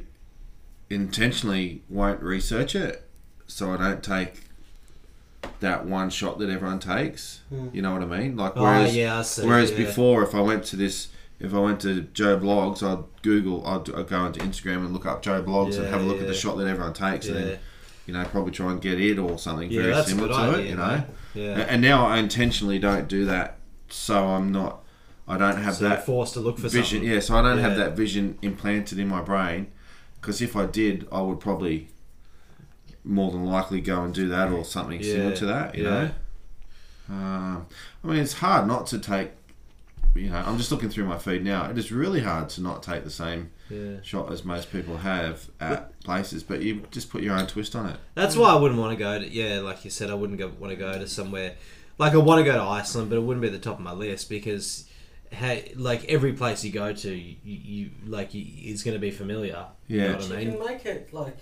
S2: intentionally won't research it, so I don't take that one shot that everyone takes.
S3: Mm.
S2: You know what I mean? Like
S5: Oh,
S2: whereas
S5: yeah, I see.
S2: Whereas
S5: yeah.
S2: before, if I went to this, if I went to Joe Blogs, I'd Google, I'd, I'd go into Instagram and look up Joe Blogs and
S5: Yeah,
S2: have a look at
S5: yeah.
S2: the shot that everyone takes, and
S5: Yeah,
S2: then you know probably try and get it or something
S5: Yeah,
S2: very
S5: that's a
S2: similar
S5: good
S2: to
S5: idea,
S2: it, you know. A-
S5: yeah.
S2: And now I intentionally don't do that, so I'm not, I don't have
S5: So you're
S2: that
S5: forced to look for
S2: vision.
S5: something.
S2: Yeah, so I don't have
S5: Yeah.
S2: that vision implanted in my brain, because if I did, I would probably more than likely go and do that or something similar
S5: Yeah,
S2: to that, you
S5: yeah.
S2: know. Um, I mean, it's hard not to take. You know, I'm just looking through my feed now. It is really hard to not take the same
S5: Yeah.
S2: shot as most people have at places, but you just put your own twist on it.
S5: That's why I wouldn't want to go to yeah, like you said, I wouldn't go, want to go to somewhere like I want to go to Iceland, but it wouldn't be at the top of my list because hey, like every place you go to, you, you like you, is going to be familiar.
S2: Yeah.
S5: you know what I
S3: You can
S5: mean.
S3: make it like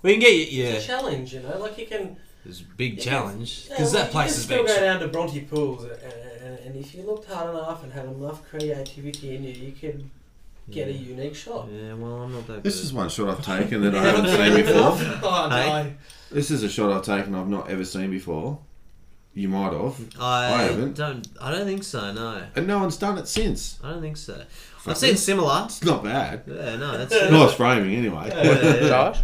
S5: We can get you,
S3: it's a
S5: yeah.
S3: challenge, you know. Like you can
S5: There's a big
S3: Yeah,
S5: challenge
S3: yeah,
S5: because
S3: like,
S5: that place
S3: you
S5: is
S3: can still
S5: big.
S3: go down to Bronte Pools, and, and, and if you looked hard enough and had enough creativity in you, you could get a unique shot.
S5: Yeah, well, I'm not that.
S2: This
S5: good.
S2: is one shot I've taken that I haven't
S5: [LAUGHS]
S2: seen before.
S6: Oh,
S5: Hey. Uh,
S2: This is a shot I've taken I've not ever seen before. You might have,
S5: I,
S2: I haven't.
S5: don't. I don't think so. No,
S2: and no one's done it since.
S5: I don't think so.
S2: Fuck
S5: I've seen
S2: it.
S5: similar.
S2: It's not bad.
S5: Yeah, no,
S3: [LAUGHS]
S5: that's
S2: nice framing, anyway.
S5: Yeah, yeah.
S4: Josh?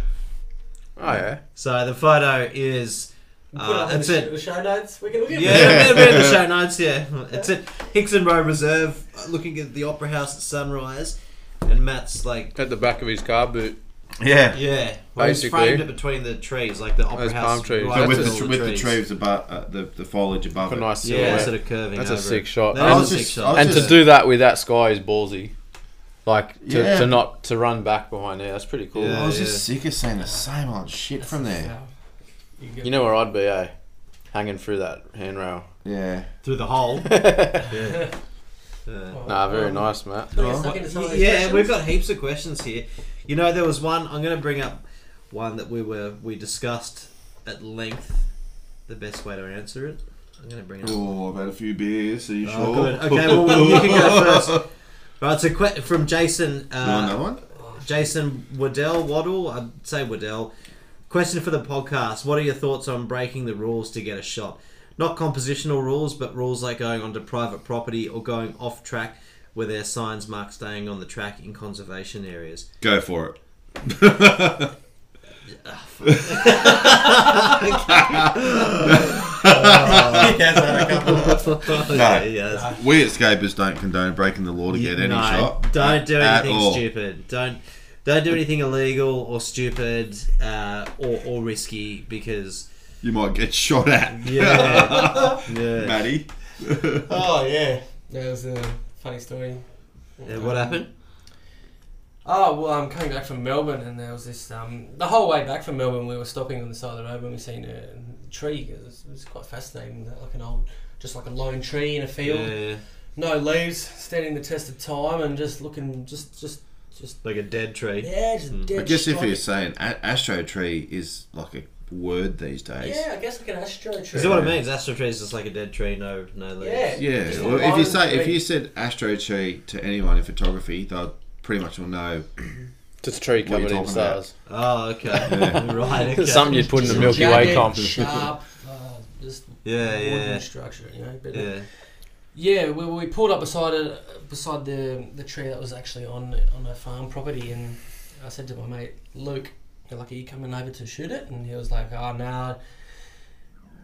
S4: Oh, yeah.
S5: So the photo is.
S3: Put
S5: Uh,
S3: up in
S5: that's
S3: the,
S5: it.
S3: sh- the show notes. We're gonna get
S5: Yeah,
S2: Yeah.
S5: a bit
S2: [LAUGHS]
S5: of the show notes, yeah. It's at Hickson Road Reserve, uh, looking at the Opera House at sunrise, and Matt's like,
S4: At the back of his car boot.
S2: Yeah.
S5: yeah, well, he's
S4: Basically.
S5: framed it between the trees, like the Opera
S4: Those
S5: House.
S4: palm trees.
S5: right
S2: But
S4: That's
S5: in
S2: with
S4: all
S2: the,
S5: middle
S2: with
S5: of
S2: the trees above, uh, the, the foliage above
S4: For
S2: it.
S4: nice
S5: Yeah,
S4: silhouette.
S5: sort of curving
S4: That's a
S5: over
S4: sick
S5: it.
S4: shot.
S5: That
S2: I
S5: is
S2: was
S5: a sick
S2: just-
S5: shot.
S2: I was
S4: and to
S2: just-
S4: do that with that sky is ballsy. Like to,
S2: Yeah.
S4: to not to run back behind there, that's pretty cool.
S5: Yeah.
S2: I was just sick of seeing the same old shit from there.
S4: You know where I'd be, eh? Hanging through that handrail. [LAUGHS]
S2: Yeah.
S5: through the
S2: [LAUGHS]
S5: hole. yeah. Uh,
S4: Nah,
S3: Oh.
S4: very nice, Matt.
S5: y- yeah, we've got heaps of questions here. You know, there was one. I'm going to bring up one that we were we discussed at length. The best way to answer it. I'm going to bring it. up.
S2: Oh, I've had a few beers. Are you
S5: Oh,
S2: sure?
S5: good. Okay, well, well, you can
S2: [LAUGHS]
S5: go first. [LAUGHS] Right, so que- from Jason,
S2: You want
S5: uh,
S2: another one?
S5: Jason Waddell, Waddle, I'd say Waddell. Question for the podcast: What are your thoughts on breaking the rules to get a shot? Not compositional rules, but rules like going onto private property or going off track, where there are signs marked staying on the track in conservation [LAUGHS] areas.
S2: Go for it. [LAUGHS]
S5: yeah, [LAUGHS] yeah, that's-
S2: We escapers don't condone breaking the law to get any
S5: no,
S2: shot.
S5: Don't do
S2: At
S5: anything
S2: all.
S5: stupid. Don't don't do anything illegal or stupid uh, or or risky because
S2: You might get shot at. [LAUGHS]
S5: yeah yeah. [LAUGHS]
S2: Matty.
S3: Oh yeah, that was a funny story.
S5: Uh, what happened?
S3: Oh well, I'm coming back from Melbourne, and there was this. Um, the whole way back from Melbourne, we were stopping on the side of the road when we seen a tree. It was, it was quite fascinating, like an old, just like a lone tree in a field,
S5: Yeah,
S3: no leaves, standing the test of time, and just looking, just, just, just,
S5: like a dead tree.
S3: yeah, just
S5: Mm.
S3: dead.
S2: I guess if
S3: strike.
S2: you're saying a- astro tree is like a word these days.
S3: yeah, I guess like an astro tree.
S5: Is that what it means? Astro tree is just like a dead tree, no no leaves.
S3: Yeah.
S2: Yeah,
S3: Just
S2: well,
S3: a
S2: if you
S3: lone
S2: say if
S3: tree.
S2: you said astro tree to anyone in photography, they'll pretty much all know.
S4: Just tree
S2: What are you
S4: covered in
S2: talking about?
S4: stars.
S5: Oh,
S2: [LAUGHS]
S5: okay. [LAUGHS] right. Okay.
S4: Something you'd put in
S3: Just
S4: the
S3: a
S4: Milky
S3: jagged,
S4: Way comp.
S3: Sharp, uh, just
S5: Yeah,
S3: wooden
S5: yeah,
S3: structure, you know. But, uh,
S5: yeah.
S3: Yeah, we, we pulled up beside it, beside the the tree that was actually on on a farm property, and I said to my mate Luke, "Like, are you coming over to shoot it?" And he was like, "Oh no,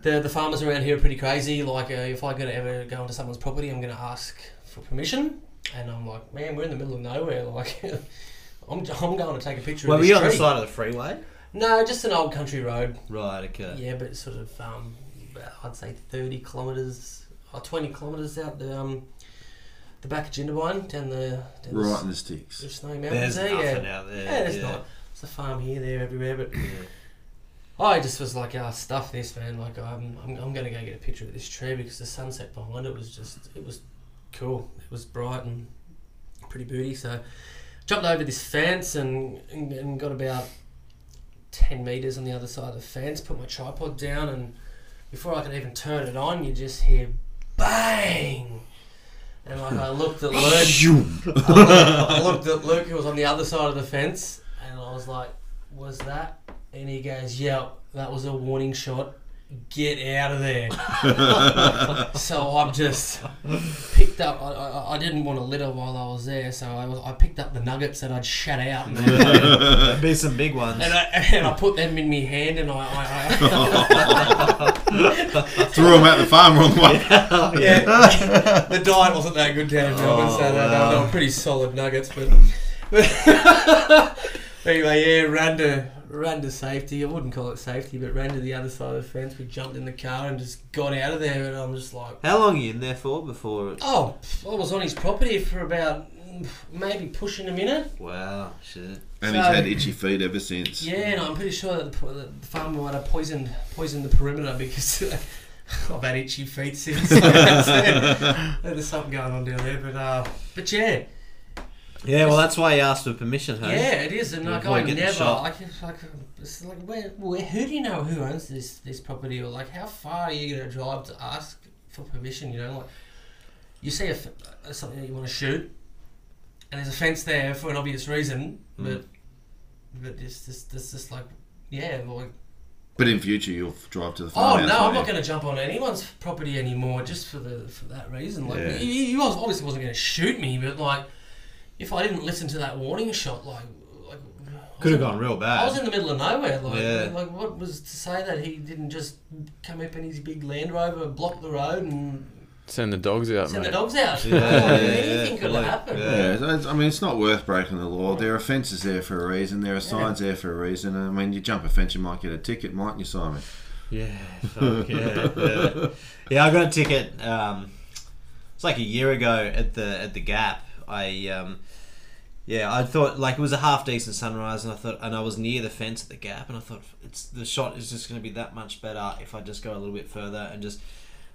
S3: the the farmers around here are pretty crazy. Like, uh, if I'm gonna ever go onto someone's property, I'm gonna ask for permission." And I'm like, "Man, we're in the middle of nowhere. [LAUGHS] Like, I'm, I'm going to take a picture
S5: Well,
S3: of
S5: were you
S3: this
S5: on the
S3: tree."
S5: side of the freeway?
S3: No, just an old country road.
S5: Right. Okay.
S3: Yeah, but it's sort of um, I'd say thirty kilometres or twenty kilometres out the um, the back of Jindabyne down the down the,
S2: Right
S3: s-
S2: in the sticks. [LAUGHS]
S3: [LAUGHS] the snowy
S5: There's
S3: mountains there.
S5: nothing
S3: yeah,
S5: out there.
S3: yeah, there's not. It's a farm here, there, everywhere. But
S5: Yeah.
S3: I just was like, ah, stuff this, man. Like, I'm I'm, I'm going to go get a picture of this tree because the sunset behind it was just it was cool. It was bright and pretty booty. So jumped over this fence and, and, and got about 10 meters on the other side of the fence, put my tripod down, and before I could even turn it on, you just hear bang. And like I looked at Luke, I looked at Luke who was on the other side of the fence, and I was like, "Was that?" And he goes, "Yeah, that was a warning shot." get out of there. so I've just picked up. I, I, I didn't want to litter while I was there, so I, was, I picked up the nuggets that I'd shut out,
S2: [LAUGHS]
S3: and,
S5: Be some big ones.
S3: and, I, [LAUGHS] and I put them in my hand, and I, I,
S2: [LAUGHS]
S3: I
S2: Threw him at the farm wrong way.
S3: [LAUGHS] uh,
S5: [LAUGHS]
S3: yeah, the diet wasn't that good down in Melbourne, so they, they, were, they were pretty solid nuggets. But, [LAUGHS] but anyway, yeah, ran to ran to safety. I wouldn't call it safety, but ran to the other side of the fence. We jumped in the car and just got out of there. And I'm just like,
S5: How long are you in there for before? It,
S3: oh, I was on his property for about mm, maybe pushing a minute.
S5: wow, shit.
S2: And he's had itchy feet ever since.
S3: Yeah, and I'm pretty sure that the, po- that the farmer might have poisoned poisoned the perimeter because [LAUGHS] I've had itchy feet since. [LAUGHS] There's something going on down there, but uh, but yeah,
S5: Yeah, well, that's why he asked for permission, hey?
S3: yeah, it is, and like
S5: Before
S3: I
S5: I get the
S3: never,
S5: shot.
S3: I can like, it's like where, where, who do you know who owns this this property, or like how far are you gonna drive to ask for permission? You know, like you see a f- uh, something that you want to shoot, and there's a fence there for an obvious reason,
S5: Hmm.
S3: but but this this this is like yeah, well, like.
S2: But in future, you'll drive to the
S3: Oh
S2: farmhouse.
S3: no, I'm not
S2: won't you?
S3: going to jump on anyone's property anymore just for the for that reason. Like,
S2: Yeah.
S3: he, he was- obviously wasn't going to shoot me, but like, if I didn't listen to that warning shot, like, like I was
S5: Could
S3: in-
S5: have gone real
S3: I was
S5: bad.
S3: in the middle of nowhere. Like,
S5: Yeah.
S3: like what was to say that he didn't just come up in his big Land Rover, block the road, and
S4: Send the dogs out,
S3: send
S4: mate.
S3: the dogs out?
S5: Yeah,
S3: Like,
S5: yeah,
S3: anything
S5: yeah,
S3: could
S5: like,
S3: happen.
S5: yeah.
S2: Yeah, it's- it's- I mean, it's not worth breaking the law. There are fences there for a reason. There are signs there for a reason. I mean, you jump a fence, you might get a ticket, mightn't you, Simon?
S5: Yeah, fuck, [LAUGHS] yeah, yeah. Yeah, I got a ticket. Um, it's like a year ago at the at the Gap. I um, yeah, I thought like it was a half decent sunrise, and I thought, and I was near the fence at the Gap, and I thought it's the shot is just going to be that much better if I just go a little bit further and just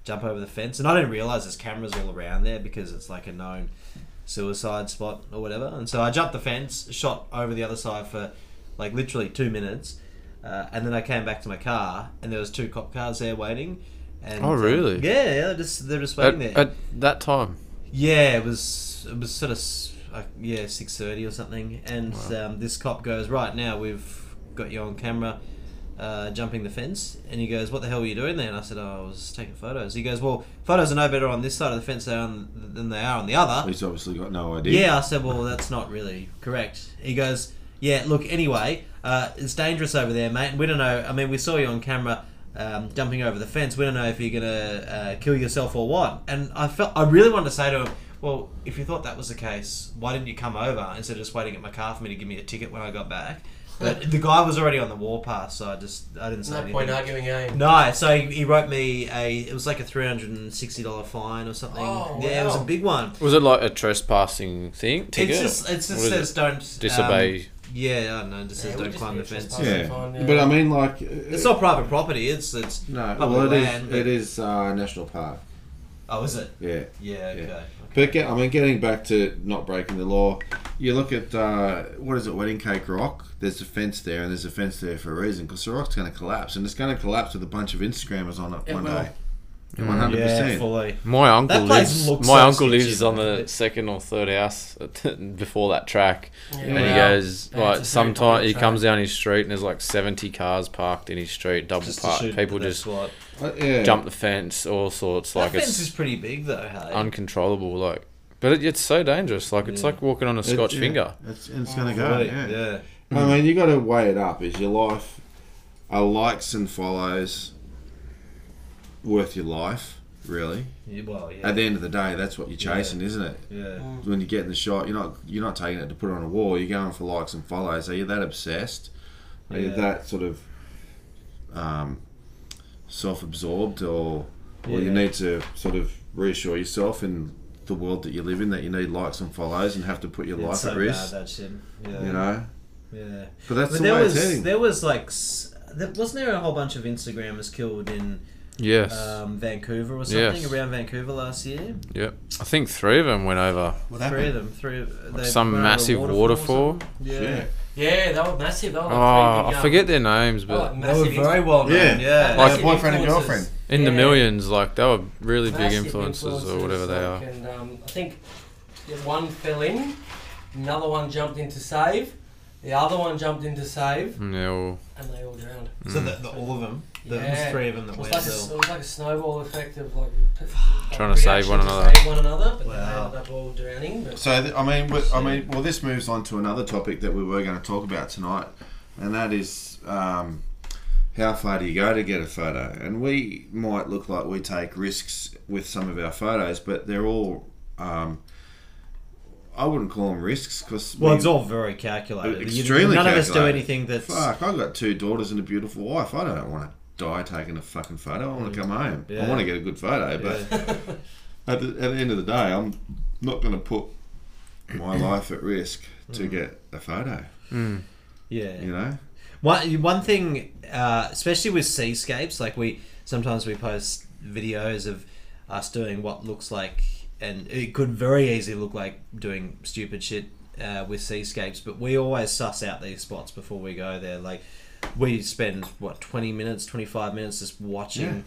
S5: jump over the fence. And I didn't realize there's cameras all around there because it's like a known suicide spot or whatever. And so I jumped the fence, shot over the other side for like literally two minutes. Uh, and then I came back to my car, and there was two cop cars there waiting. And,
S4: Oh,
S5: um,
S4: really?
S5: yeah, yeah, they're just they're just waiting
S4: At,
S5: there.
S4: at that time,
S5: Yeah, it was it was sort of s- like yeah six thirty or something, and um, this cop goes right now we've got you on camera uh, jumping the fence, and he goes what the hell were you doing there? And I said oh, I was taking photos. He goes well photos are no better on this side of the fence than than they are on the other.
S2: He's obviously got no idea.
S5: Yeah, I said well that's not really correct. He goes yeah look anyway uh, it's dangerous over there mate. We don't know. I mean we saw you on camera. Um, jumping over the fence, we don't know if you're gonna uh, kill yourself or what. And I felt I really wanted to say to him, well, if you thought that was the case, why didn't you come over instead of just waiting at my car for me to give me a ticket when I got
S3: [LAUGHS]
S5: back? But the guy was already on the warpath, so I just I didn't say
S3: No
S5: anything.
S3: point arguing, eh?
S5: No, so he, he wrote me a it was like a three hundred and sixty dollar fine or something.
S3: Oh,
S5: yeah, it was a
S3: wow.
S5: big one.
S4: was it like a trespassing thing? Ticket?
S5: It's just it's just
S4: What is
S5: says
S4: it?
S5: don't
S4: disobey.
S5: um, yeah, I don't know. It just
S3: Yeah,
S5: says
S3: it would
S5: don't
S3: just
S5: climb
S3: be
S5: the
S3: a
S5: fence.
S3: trespass.
S2: Yeah.
S3: Fine, yeah.
S2: But I mean, like.
S5: It's not private property. It's it's
S2: No,
S5: public
S2: well, it
S5: land,
S2: is,
S5: but-
S2: it is uh, National Park.
S5: oh, is it?
S2: Yeah.
S5: Yeah. Okay.
S2: But get, I mean, getting back to not breaking the law, you look at uh, what is it, Wedding Cake Rock? There's a fence there, and there's a fence there for a reason because the rock's going to collapse, and it's going to collapse with a bunch of Instagrammers on it
S3: It
S2: one
S3: will.
S2: day. One hundred percent.
S5: fully.
S4: My uncle
S5: That place
S4: lives.
S5: looks
S4: My
S5: so
S4: uncle lives
S5: sketchy,
S4: on
S5: doesn't
S4: the
S5: it?
S4: second or third house [LAUGHS] before that track, and he
S3: Wow.
S4: goes
S3: Yeah,
S4: like
S3: it's a very popular
S4: sometimes he
S3: track.
S4: comes down his street and there's like seventy cars parked in his street, double
S5: Just to
S4: parked.
S5: shoot
S4: People
S5: the
S4: just
S5: squad.
S2: Uh, Yeah.
S4: jump the fence, all sorts. Like
S5: that fence
S4: it's
S5: is pretty big though. Hey.
S4: uncontrollable. Like, but it, it's so dangerous. Like it's
S5: Yeah.
S4: like walking on a
S2: It-
S4: scotch
S2: yeah,
S4: finger.
S2: It's, and it's going to go.
S5: Fully,
S2: Yeah.
S5: yeah.
S2: I mean, you got to weigh it up. Is your life are likes and follows worth your life? Really?
S5: Yeah, Well, yeah. Hmm.
S2: At the end of the day, that's what you're chasing, isn't it?
S5: yeah.
S2: when you get in the shot, you're not you're not taking it to put it on a wall. You're going for likes and follows. Are you that obsessed? Are you
S5: Yeah.
S2: that sort of um, self-absorbed, or or you
S5: Yeah.
S2: need to sort of reassure yourself in the world that you live in that you need likes and follows and have to put your
S5: It's
S2: life
S5: so
S2: at risk?
S5: Bad, that shit. Yeah.
S2: You know,
S5: Yeah.
S2: but that's
S5: But
S2: the
S5: there
S2: way it's
S5: was
S2: heading.
S5: there was like s- there, wasn't there a whole bunch of Instagrammers killed in
S4: Yes.
S5: um, Vancouver or something
S4: Yes.
S5: around Vancouver last year?
S4: yep. I think three of them went over
S6: What
S5: Three
S6: happened?
S5: of them. Three. Of, they
S4: some
S5: went over a
S4: massive waterfall.
S5: or something. Yeah.
S2: Yeah.
S3: Yeah, they were massive. They were like
S4: Oh,
S2: Ah,
S3: three big,
S4: I
S3: um,
S4: forget their names,
S3: they were
S4: but
S3: like
S5: They were
S3: massive
S5: very well known.
S2: Yeah.
S5: Yeah.
S2: Like
S3: Massive
S2: boyfriend and
S3: influencers.
S2: girlfriend.
S4: in the
S3: Yeah.
S4: millions, like they were really big
S3: Massive
S4: influences or whatever they
S3: influencers,
S4: are.
S3: like, And um, I think yeah, one fell in, another one jumped in to save, the other one jumped in to save,
S4: Mm, Yeah, well,
S3: and they all drowned.
S4: mm.
S5: So the, the, all of them. The
S3: Yeah.
S5: three of them that
S3: It was,
S5: went
S3: like a,
S5: ill.
S3: s- it was like a snowball effect of like
S4: [SIGHS] Trying to save one
S3: reactions
S4: another.
S3: Save one another, but then they
S5: Wow.
S3: ended up all drowning. But
S2: So th- I mean, w- I mean, well, this moves on to another topic that we were going to talk about tonight, and that is um, how far do you go to get a photo? And we might look like we take risks with some of our photos, but they're all. Um, I wouldn't call them risks because
S5: Well, it's all very calculated. You-
S2: Extremely
S5: None of us do
S2: calculated.
S5: anything that's.
S2: fuck. I've got two daughters and a beautiful wife. I don't want to die taking a fucking photo. I want to come home. I
S5: Mm. Yeah.
S2: want to get a good photo,
S5: [LAUGHS]
S2: but
S5: Yeah.
S2: at the, at the end of the day, I'm not going to put my life at risk to get a photo.
S5: yeah.
S2: You know,
S5: One one thing, uh, especially with seascapes, like we sometimes we post videos of us doing what looks like, and it could very easily look like doing stupid shit uh, with seascapes. But we always suss out these spots before we go there. Like we spend what twenty minutes, twenty five minutes just watching.
S2: Yeah.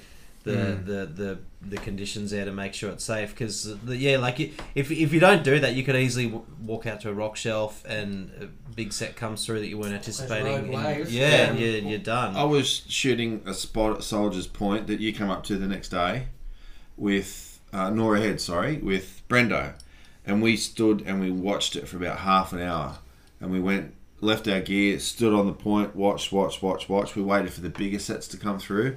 S5: The,
S2: Mm.
S5: the, the the conditions there to make sure it's safe because yeah like you- if, if you don't do that you could easily w- walk out to a rock shelf and a big set comes through that you weren't anticipating
S3: rogue
S5: and-
S3: waves.
S5: yeah,
S3: Yeah.
S5: You're, you're done
S2: I was shooting a spot at Soldier's Point that you come up to the next day with uh, Nora Head, sorry, with Brendo, and we stood and we watched it for about half an hour, and we went left our gear, stood on the point, watched, watched, watched, watched. We waited for the bigger sets to come through.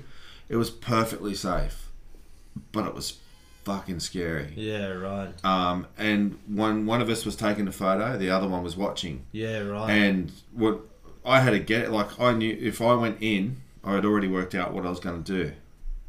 S2: It was perfectly safe, but it was fucking scary.
S5: yeah right
S2: um, and one one of us was taking a photo, the other one was watching.
S5: yeah right
S2: And what I had to get like I knew if I went in, I had already worked out what I was going to do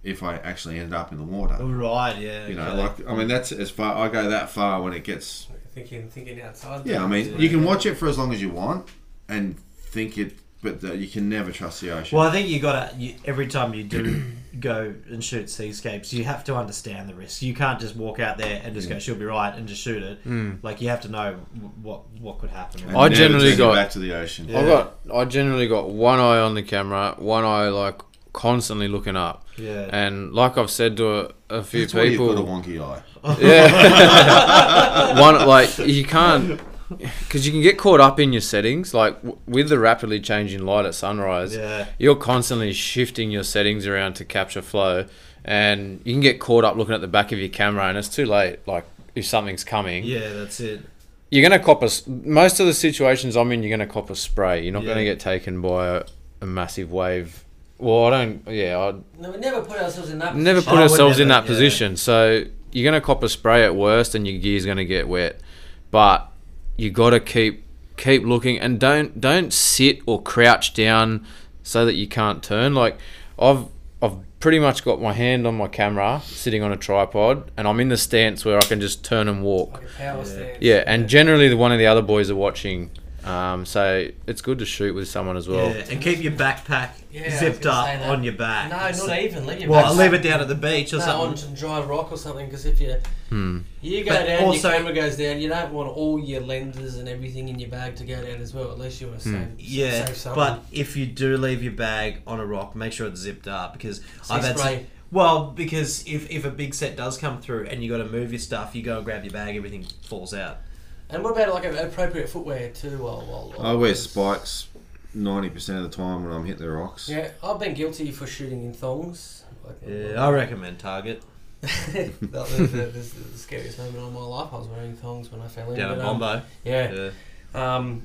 S2: if I actually ended up in the
S5: Oh,
S2: water.
S5: right yeah
S2: You know,
S5: okay.
S2: like I mean, that's as far I go that far when it gets.
S3: thinking, thinking outside.
S2: Yeah, I mean, you can watch it for as long as you want and think it, but the, you can never trust the ocean.
S5: well I think you gotta you, every time you do [CLEARS THROAT] go and shoot seascapes you have to understand the risk you can't just walk out there and just go she'll be right and just shoot it like you have to know w- what what could happen
S2: And
S4: Mm. I
S2: never
S4: generally
S2: take it
S4: got-
S2: back to the ocean.
S5: Yeah.
S4: I got I generally got one eye on the camera, one eye like constantly looking up.
S5: Yeah.
S4: And like I've said to a, a few
S2: That's why
S4: people,
S2: you've got a wonky eye.
S4: Yeah.
S5: [LAUGHS]
S4: One like you can't because you can get caught up in your settings. Like w- with the rapidly changing light at sunrise,
S5: Yeah.
S4: you're constantly shifting your settings around to capture flow, and you can get caught up looking at the back of your camera, and it's too late. Like if something's coming,
S5: yeah that's it
S4: you're gonna cop a. s- Most of the situations I'm in, you're gonna cop a spray. You're not
S5: Yeah.
S4: gonna get taken by a, a massive wave. Well, I don't. Yeah, I
S3: No, we never put ourselves in that.
S4: never
S3: position.
S4: put
S5: I would
S4: ourselves in
S5: never,
S4: that
S5: yeah.
S4: position. So you're gonna cop a spray at worst, and your gear's gonna get wet. But you gotta keep keep looking, and don't don't sit or crouch down so that you can't turn. Like I've I've pretty much got my hand on my camera, sitting on a tripod, and I'm in the stance where I can just turn and walk.
S3: Like a power stance.
S4: Yeah, and generally the one of the other boys are watching. Um, so it's good to shoot with someone as well.
S5: yeah and keep your backpack
S3: Yeah, I was
S5: zipped
S3: gonna
S5: up
S3: say that.
S5: on your back
S3: No, not even. Leave your
S5: well
S3: back-
S5: I'll leave it down at the beach or
S3: no, on
S5: something
S3: some dry rock or something. Because if you you go
S5: But
S3: down,
S5: also-
S3: your camera goes down. You don't want all your lenses and everything in your bag to go down as well. At least you want to save,
S5: Yeah,
S3: save something.
S5: but if you do leave your bag on a rock, make sure it's zipped up because
S3: Sea
S5: I've had
S3: spray.
S5: some- well, because if, if a big set does come through and you got to move your stuff, you go and grab your bag, everything falls out.
S3: and what about like appropriate footwear too? While, while, while
S2: I wear spikes ninety percent of the time when I'm hitting the rocks.
S3: Yeah, I've been guilty for shooting in thongs. Like,
S5: Yeah, I recommend Target.
S3: [LAUGHS] that was the, this is the scariest moment of my life. I was wearing thongs when I fell in.
S5: Down at
S3: but, um,
S5: Bombo.
S3: Yeah.
S5: Yeah.
S3: Um,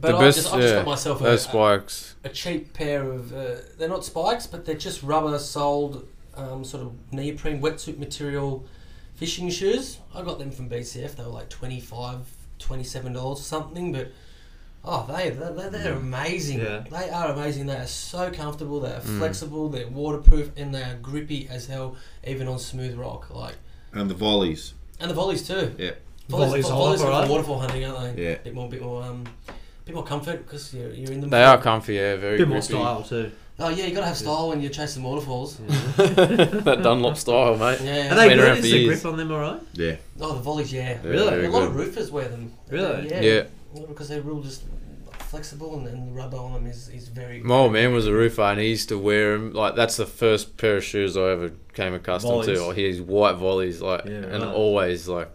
S3: but
S4: The
S3: I
S4: best,
S3: just, I just
S4: yeah,
S3: got myself
S4: Those
S3: a,
S4: spikes.
S3: a cheap pair of. Uh, they're not spikes, but they're just rubber soled, um, sort of neoprene wetsuit material fishing shoes. I got them from BCF. They were like 25 $27 or something, but. Oh, they, they, they- they're amazing.
S5: Yeah.
S3: They are amazing. They are so comfortable. They are flexible. They're waterproof and they are grippy as hell, even on smooth rock. Like,
S2: And the volleys.
S3: and the volleys too.
S2: Yeah.
S5: Volleys
S3: Volleys, volleys,
S5: are
S3: volleys
S5: alright.
S3: are for waterfall hunting, aren't they?
S2: Yeah.
S3: Bit more, bit more, um, bit more comfort because you're, you're in them.
S4: They are comfy, yeah, very
S5: bit more
S4: grippy.
S5: style too.
S3: Oh yeah, you gotta have style when you're chasing waterfalls.
S4: [LAUGHS] that Dunlop style, mate.
S3: Yeah.
S5: Are they
S4: Been around
S5: good?
S4: for
S5: Is the
S4: years.
S5: grip on them alright?
S2: Yeah.
S3: [LAUGHS] oh, the volleys, yeah.
S4: They're Really? very
S3: A lot
S4: good.
S3: of roofers wear them.
S5: Really?
S3: Yeah.
S4: Yeah.
S3: Because they're real just flexible and, and the rubber on them is, is very.
S4: My old man was a roofer and he used to wear them. Like, that's the first pair of shoes I ever came accustomed
S5: Volleys.
S4: to. Or his white volleys, like,
S5: Yeah,
S4: and
S5: right.
S4: always, like,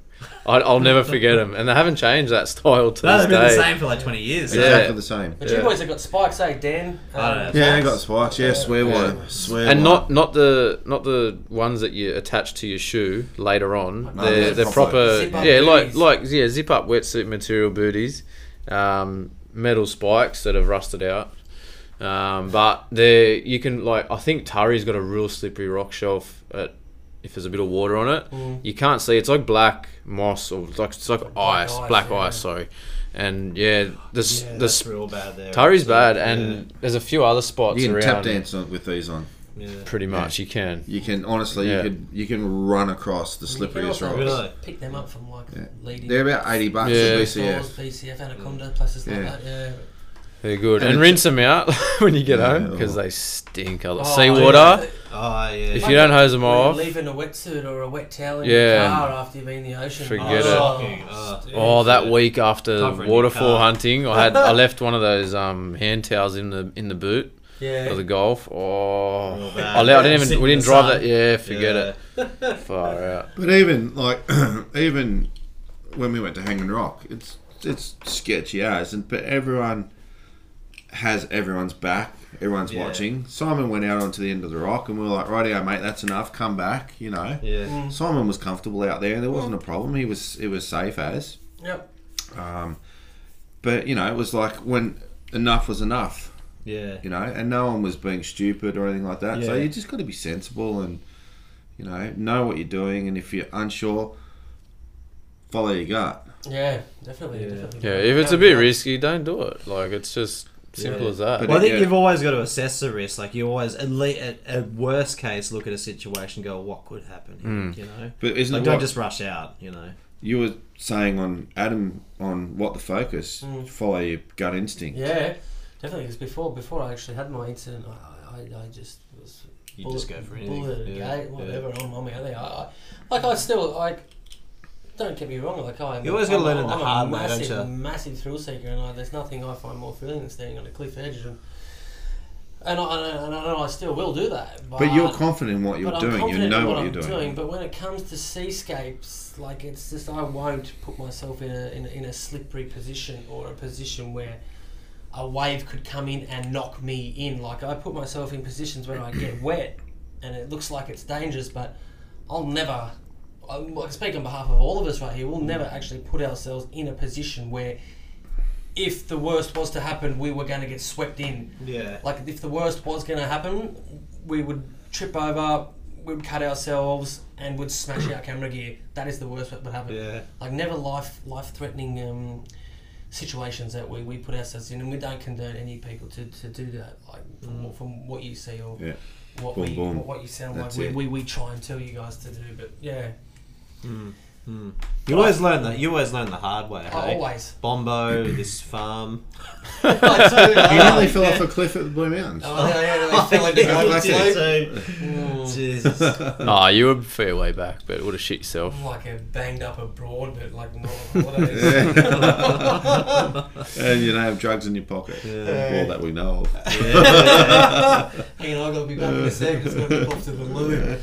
S4: I, I'll never forget them. And they haven't changed that style to
S5: No,
S4: this
S5: they've been the
S4: day.
S5: same for like 20 years.
S4: Yeah.
S2: Exactly the same.
S3: But you
S4: Yeah.
S3: boys have got spikes, eh, Dan?
S5: I don't know.
S2: Yeah, I got spikes. Yeah, swear
S4: Yeah.
S2: word. Swear
S4: And
S2: word.
S4: not, not the not the ones that you attach to your shoe later on.
S2: No,
S4: they're,
S2: they're
S4: they're
S2: proper-
S4: proper,
S3: Zip-up
S4: yeah, like
S3: booties.
S4: like yeah, zip up wetsuit material booties, um, metal spikes that have rusted out. Um, but they you can like I think Tari's got a real slippery rock shelf at if there's a bit of water on it.
S3: Mm.
S4: You can't see. It's like black moss or it's like it's like
S3: Black
S4: ice,
S3: ice,
S4: black
S3: yeah.
S4: ice. Sorry, and yeah, the s
S5: Yeah,
S4: the
S5: that's
S4: sp-
S5: real bad there.
S4: Tari's bad, and there's a few other spots
S2: You can
S4: around.
S2: tap dance on, with these on.
S5: Yeah. Yeah.
S4: Pretty much, you can.
S2: You can honestly,
S4: Yeah.
S2: you could you can run across the slipperiest
S5: also-
S2: rocks.
S5: Really?
S3: Pick them up from like
S2: Yeah.
S3: leading.
S2: They're about
S3: [LAUGHS]
S2: eighty bucks
S4: Yeah.
S2: at
S3: stores,
S2: BCF.
S3: BCF, Anaconda, places like
S2: Yeah.
S3: that. Yeah.
S4: They're good.
S2: And
S4: And,
S2: it's-
S4: rinse them out [LAUGHS] when you get
S2: Yeah,
S4: home because
S2: oh.
S4: they stink. A lot.
S3: Oh,
S4: Seawater,
S3: yeah.
S5: Oh, yeah.
S4: if you don't hose them
S3: Or
S4: off.
S3: Leaving a wetsuit or a wet towel in
S4: Yeah.
S3: your car after you've been in the ocean.
S4: Forget
S5: Oh,
S3: Oh,
S5: shocking. Oh.
S4: Oh, that week
S5: Time for
S4: after
S5: a new
S4: waterfall
S5: car.
S4: hunting, I had I left one of those um, hand towels in the in the boot for
S3: Yeah.
S4: the golf. Oh,
S5: Real bad.
S4: I, le- I didn't
S5: Sit
S4: even we
S5: in
S4: didn't
S5: the
S4: drive
S5: sun.
S4: that. Yeah, forget
S5: Yeah.
S4: it. Far out.
S2: But even like [CLEARS THROAT] even when we went to Hanging Rock, it's it's sketchy as, and but everyone has everyone's back. Everyone's
S5: Yeah.
S2: watching. Simon went out onto the end of the rock, and we were like, "Rightio, mate, that's enough. Come back." You know.
S5: Yeah.
S2: Simon was comfortable out there. There wasn't a problem. He was it was safe as.
S3: Yep.
S2: Um, but you know, it was like when enough was enough.
S5: Yeah.
S2: you know, and no one was being stupid or anything like that. So
S5: Yeah.
S2: you just got to be sensible and, you know, know what you're doing. And if you're unsure, follow your gut.
S3: Yeah, definitely.
S5: Yeah.
S3: definitely.
S4: Yeah, if it's a bit risky, don't do it. Like it's just simple
S5: Yeah.
S4: as that.
S2: But
S5: Well, I think
S2: yeah.
S5: you've always got to assess the risk. Like you always, at least at, at worst case, look at a situation, and go, what could happen? here?"
S4: Hmm.
S5: You know,
S2: But isn't
S5: like
S2: it
S5: don't
S2: what
S5: just rush out. You know,
S2: you were saying on Adam on what the focus? Follow your gut instinct.
S3: Hmm. Yeah, definitely. Because before, before I actually had my incident, I, I, I just was
S5: you
S3: bullet,
S5: just go for anything.
S3: bullet at a
S5: Yeah,
S3: gate, whatever.
S5: yeah.
S3: I'm, I'm out there. I, I, like I still like. Don't get me wrong. Like I,
S5: You always gotta learn it the
S3: I'm a
S5: hard way, don't
S3: massive,
S5: ya?
S3: massive thrill seeker, and like, there's nothing I find more thrilling than standing on a cliff edge, and and I, and I, and I, I still will do that. But,
S2: But you're confident in what you're
S3: but I'm
S2: doing. You
S3: confident in
S2: know
S3: what,
S2: what,
S3: I'm
S2: you're doing.
S3: But when it comes to seascapes, like it's just I won't put myself in a in a, in a slippery position or a position where a wave could come in and knock me in. Like I put myself in positions where I
S2: [CLEARS THROAT]
S3: get wet, and it looks like it's dangerous, but I'll never. I I speak on behalf of all of us right here. We'll never actually put ourselves in a position where, if the worst was to happen, we were going to get swept in.
S5: Yeah.
S3: Like if the worst was going to happen, we would trip over, we'd cut ourselves, and would smash our camera gear. That is the worst that would happen.
S5: Yeah.
S3: Like never life life threatening um, situations that we, we put ourselves in, and we don't condone any people to, to do that. Like from, what from what you see or
S2: Mm. Yeah.
S3: what
S2: Boom,
S3: we
S2: boom.
S3: What, what you sound
S2: That's
S3: like,
S2: it.
S3: we, we, we try and tell you guys to do. But yeah,
S5: You always learn that. You always learn the hard way.
S3: I
S5: Hey?
S2: [LAUGHS]
S3: Oh, always.
S5: Bombo, this
S3: [LAUGHS]
S5: farm.
S2: You nearly fell off a cliff at the Blue Mountains. [LAUGHS]
S3: Oh, yeah, yeah, they fell into
S2: Yeah,
S3: golden
S2: that's it.
S3: slope.
S5: [LAUGHS]
S3: Mm.
S5: Jesus.
S4: [LAUGHS] Ah, you were a fair way back, but would have shit yourself.
S3: Like a banged up abroad, but like not on holidays.
S2: and you don't have drugs in your pocket.
S5: Yeah.
S2: All that we know of.
S3: Hang on, I've got to be back in a sec. It's got to be off
S5: [LAUGHS]
S3: to the loo.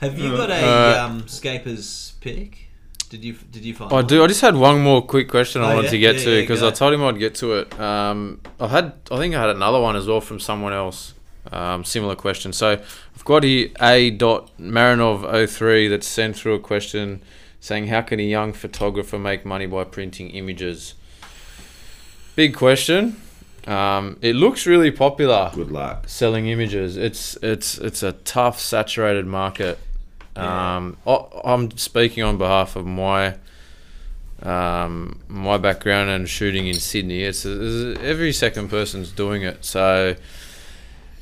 S5: Have you got a
S4: Uh,
S5: um, scaper's pick? Did you Did you find?
S4: I
S5: one?
S4: do. Oh, I just had one more quick question I
S5: Oh,
S4: wanted
S5: yeah?
S4: to get
S5: Yeah,
S4: to
S5: yeah,
S4: because
S5: go.
S4: I told him I'd get to it. Um, I've had. I think I had another one as well from someone else. Um, similar question. So I've got here a dot Marinov 03 that's sent through a question saying, "How can a young photographer make money by printing images?" Big question. Um, it looks really popular
S2: Good luck.
S4: selling images. It's it's it's a tough, saturated market. Um, I, I'm speaking on behalf of my um, my background and shooting in Sydney. It's, it's every second person's doing it. So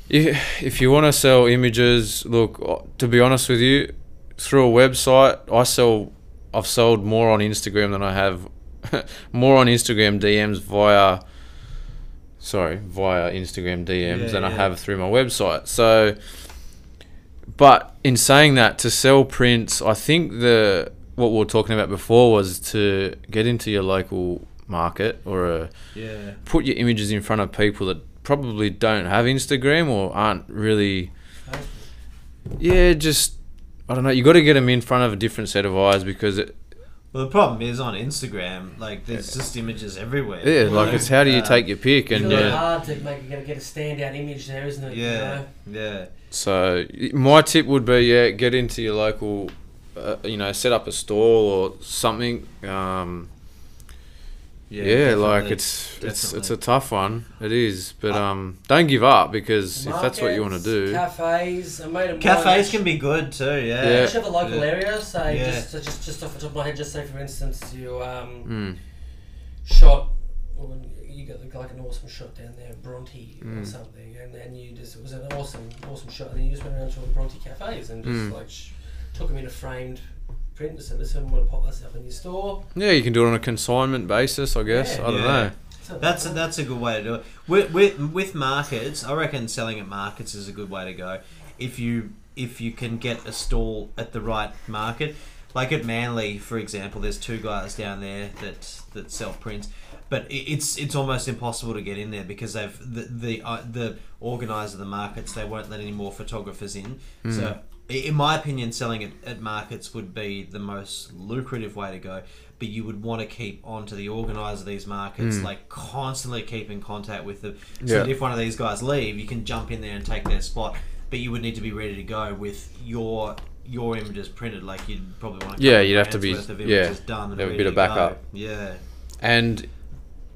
S4: if, if you want to sell images, look. uh, To be honest with you, through a website, I sell. I've sold more on Instagram than I have [LAUGHS] more on Instagram DMs via sorry, via Instagram DMs
S5: Yeah,
S4: than I
S5: yeah.
S4: have through my website. So, but in saying that, to sell prints, I think the what we were talking about before was to get into your local market or a,
S5: Yeah.
S4: put your images in front of people that probably don't have Instagram or aren't really. Yeah, just I I don't know. You got to get them in front of a different set of eyes because it,
S5: Well, the problem is on Instagram, like there's just images everywhere.
S4: yeah, like it's how do you
S5: Uh,
S4: take your pick
S3: It's
S4: and
S3: really
S4: yeah.
S3: hard to make you get a standout image there, isn't it?
S5: Yeah, yeah,
S4: So y- my tip would be yeah, get into your local, uh, you know, set up a stall or something. Um, yeah, like
S5: definitely.
S4: it's it's it's
S5: definitely.
S4: a tough one. It is, but um, don't give up because
S3: You know?
S4: if that's what you want to
S3: Markets,
S4: do,
S3: Cafes. I made a
S5: cafes can be good too. Yeah,
S4: Yeah.
S3: Each have a local
S5: Yeah.
S3: area, so
S5: Yeah.
S3: just, so just just off the top of my head, just say for instance, you um,
S4: Mm,
S3: shot, or you got like an awesome shot down there, Bronte or
S4: Mm.
S3: something, and then you just it was an awesome awesome shot, and then you just went around to all the Bronte cafes and just
S4: Mm.
S3: like sh- took them in a framed print and said, "Listen, want to pop this up in your store?"
S4: yeah, you can do it on a consignment basis, I guess.
S3: Yeah.
S4: I don't
S5: Yeah.
S4: know.
S3: So
S5: That's that's a good way to do it. With, with with markets, I reckon selling at markets is a good way to go. If you if you can get a stall at the right market, like at Manly, for example, there's two guys down there that that sell prints, but i- it's it's almost impossible to get in there because they've the the uh, the organizer of the markets they won't let any more photographers in. So.
S4: Hmm.
S5: i- In my opinion, selling at, at markets would be the most lucrative way to go, but you would want to keep on to the organizer of these markets,
S4: Mm.
S5: like constantly keep in contact with them. So
S4: Yeah.
S5: that if one of these guys leave, you can jump in there and take their spot. But you would need to be ready to go with your your images printed. Like you'd probably want. a
S4: Yeah,
S5: couple
S4: you'd have to
S5: grand's
S4: be-
S5: worth of
S4: yeah,
S5: images done and
S4: have a
S5: ready
S4: bit of
S5: to go.
S4: backup.
S5: Yeah,
S4: and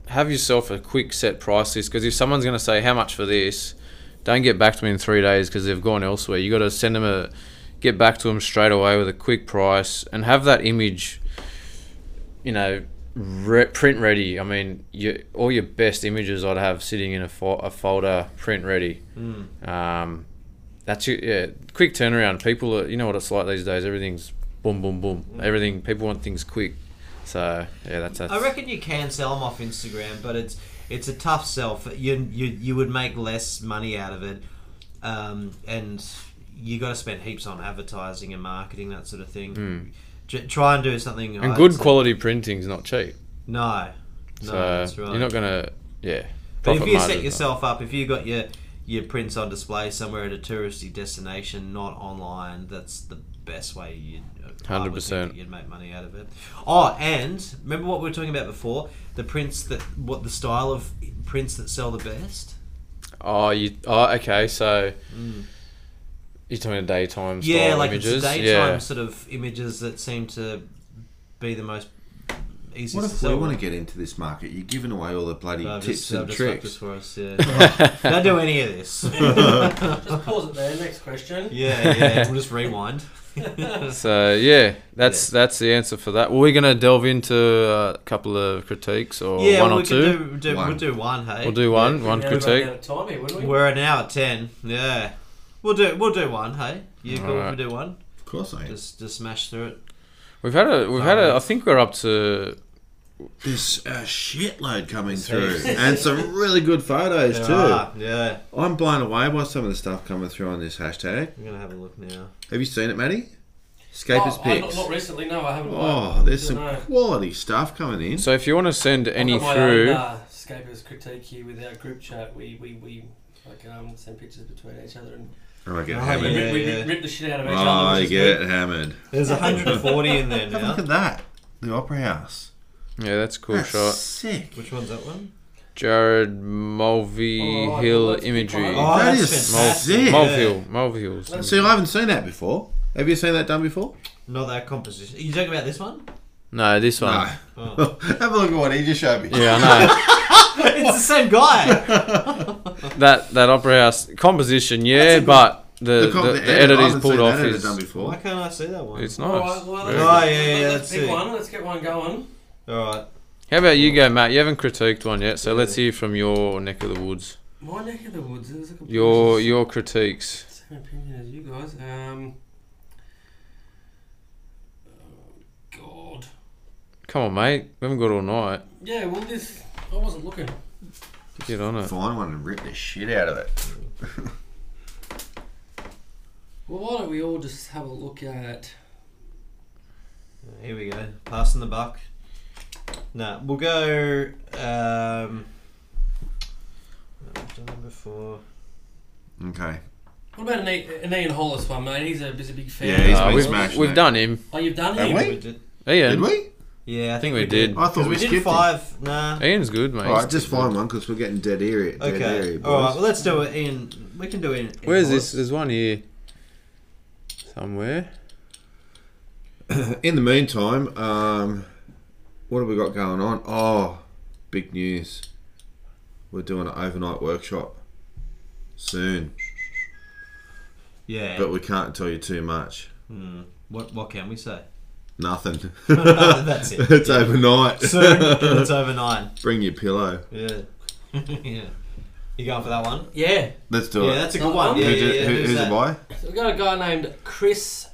S4: have yourself a quick set price list because if someone's going to say how much for this don't get back to me in three days because they've gone elsewhere you got to send them a get back to them straight away with a quick price and have that image you know re- print ready i mean you, all your best images i'd have sitting in a, fo- a folder print ready
S5: Hmm.
S4: um, that's your, yeah quick turnaround people are, you know what it's like these days everything's boom boom boom everything people want things quick so yeah that's, that's
S5: Hmm. I reckon you can sell them off Instagram, but it's it's a tough sell. For, you you you would make less money out of it, um, and you got to spend heaps on advertising and marketing that sort of thing. J- try and do something
S4: Hmm. And
S5: I'd
S4: good
S5: say-
S4: quality printing's not cheap.
S5: No, no,
S4: So
S5: that's right.
S4: you're not gonna yeah.
S5: But if
S4: profit
S5: you set
S4: margin's
S5: yourself up, if you got your your prints on display somewhere at a touristy destination, not online, that's the best way you'd uh, I would think
S4: 100%.
S5: that you'd make money out of it. Oh, and remember what we were talking about before? The prints that what the style of prints that sell the best?
S4: not. Oh you oh okay, so you're talking daytime Mm. style
S5: yeah, like
S4: images.
S5: the daytime
S4: yeah.
S5: sort of images that seem to be the most easiest
S2: What
S5: to
S2: if we
S5: sell.
S2: want to get into this market? You're giving away all the bloody
S5: They'll just-
S2: tips
S5: they'll
S2: and
S5: just fuck this
S2: tricks.
S5: for us, yeah. [LAUGHS] Don't do any of this.
S2: [LAUGHS]
S3: just
S5: [LAUGHS]
S3: pause it there. Next question.
S5: Yeah, yeah. We'll just rewind.
S4: [LAUGHS] So yeah, that's that's the answer for that. We're gonna delve into uh, a couple of critiques or
S5: yeah,
S4: one
S5: well,
S4: or
S5: we
S4: two.
S5: Could do, do,
S2: One.
S5: We'll do one. Hey,
S4: We'll do one,
S3: Yeah,
S4: one
S3: we've
S4: critique.
S3: run out of time here, wouldn't we?
S5: We're an hour ten. Yeah, we'll do. We'll do one. Hey, you cool? if
S4: Alright.
S5: We do one.
S2: Of course I am.
S5: Just, just smash through it.
S4: We've had a we've had a
S5: Um,
S4: I think we're up to
S2: There's a shitload coming through, and some really good photos
S5: There
S2: too.
S5: are, Yeah,
S2: I'm blown away by some of the stuff coming through on this hashtag.
S5: I'm gonna have a look now.
S2: Have you seen it, Matty?
S3: Oh,
S2: Escapist
S3: I-
S2: pics.
S3: not, not recently. No, I haven't.
S2: Oh, there's some
S3: No.
S2: quality stuff coming in.
S4: so if you want to send any
S3: I've got my
S4: through
S3: Own, uh, Scapers critique here with our group chat. We we we like um, send pictures between each other and
S2: Oh, I get
S5: Oh,
S3: we,
S2: hammered.
S5: yeah,
S3: rip, we
S5: yeah.
S3: rip the shit out of each
S2: Oh,
S3: other.
S2: I
S3: which is
S2: get
S3: good.
S2: hammered.
S5: There's 140 in there
S2: Have a look
S5: now.
S2: at that. The Opera House.
S4: yeah that's a cool
S2: That's
S4: shot
S2: sick.
S5: Which one's that one?
S4: Jared Mulvey
S3: Oh, I
S4: Hill
S3: thought that's
S4: imagery
S3: the
S4: Mulville
S5: Oh,
S2: that
S5: that's
S2: is
S5: fantastic.
S2: sick.
S4: Mulville Mulville's
S2: See, I haven't seen that before. Have you seen that done before?
S5: Not that composition. Are you talking about this one?
S4: no this one
S5: Oh. [LAUGHS]
S2: [LAUGHS] Have a look at what he just showed me.
S4: yeah I
S2: [LAUGHS]
S4: know.
S5: it's the same guy.
S4: that that opera house composition, yeah,
S2: That's a
S4: but the the,
S2: com-
S4: the,
S2: edit,
S4: edit
S2: I
S4: he's
S2: haven't
S4: pulled
S2: seen
S4: off
S2: that edit
S4: is
S2: done before.
S5: Why can't I see that one?
S4: it's
S3: All
S4: nice.
S3: right, well, uh,
S4: Very
S5: Oh,
S4: good.
S5: yeah, yeah,
S3: let's
S5: that's
S3: pick
S5: it.
S3: one. Let's get one going.
S5: All right.
S4: How about you go, Matt? You haven't critiqued one yet, so let's hear from your neck of the woods.
S3: My neck of the woods. There's a couple
S4: Your your critiques.
S3: same opinion as you guys. Um, oh, God.
S4: Come on, mate. We haven't got all night.
S3: Yeah. Well, this I wasn't looking.
S4: Get on it.
S2: Find one and rip the shit out of it.
S3: Well, why don't we all just have a look at?
S5: Here we go. Passing the buck. Nah, we'll go. Um, I've done them before.
S2: Okay.
S3: What about an Ian, an Ian Hollis one, mate? He's a, he's a big fan.
S2: Yeah, he's
S4: Uh,
S2: been
S4: we've
S2: smashed,
S4: we've
S2: mate.
S4: done him.
S3: Oh, you've done
S2: Have
S3: him.
S2: we?
S5: did.
S4: Ian.
S2: Did we?
S5: Yeah, I think
S4: think we
S5: we
S4: did.
S5: did.
S2: I thought we
S5: we did
S2: skipped him.
S5: five. Nah.
S4: Ian's good, mate.
S2: All right, just find one because we're getting dead area. Dead
S5: Okay.
S2: area,
S5: All right. Well,
S2: boys.
S5: let's do it. Ian, we can do it. In, in
S4: Where's
S5: order.
S4: this? There's one here. Somewhere.
S2: In the meantime, um, what have we got going on? Oh, big news! We're doing an overnight workshop soon,
S5: Yeah.
S2: but we can't tell you too much.
S5: Hmm. What What can we
S2: [LAUGHS]
S5: say? [LAUGHS]
S2: Nothing. [LAUGHS]
S5: That's it.
S2: it's overnight.
S5: Soon, and it's over nine.
S2: [LAUGHS] Bring your pillow.
S5: Yeah. [LAUGHS] yeah. You going for that one?
S3: Yeah.
S2: Let's do
S5: Yeah,
S2: it.
S5: that's a
S3: That
S5: good one.
S3: one?
S5: Yeah,
S2: Who
S5: yeah,
S2: do-
S5: yeah,
S2: who-
S5: who's
S2: who's
S5: that?
S2: a buy?
S3: So we've got a guy named Chris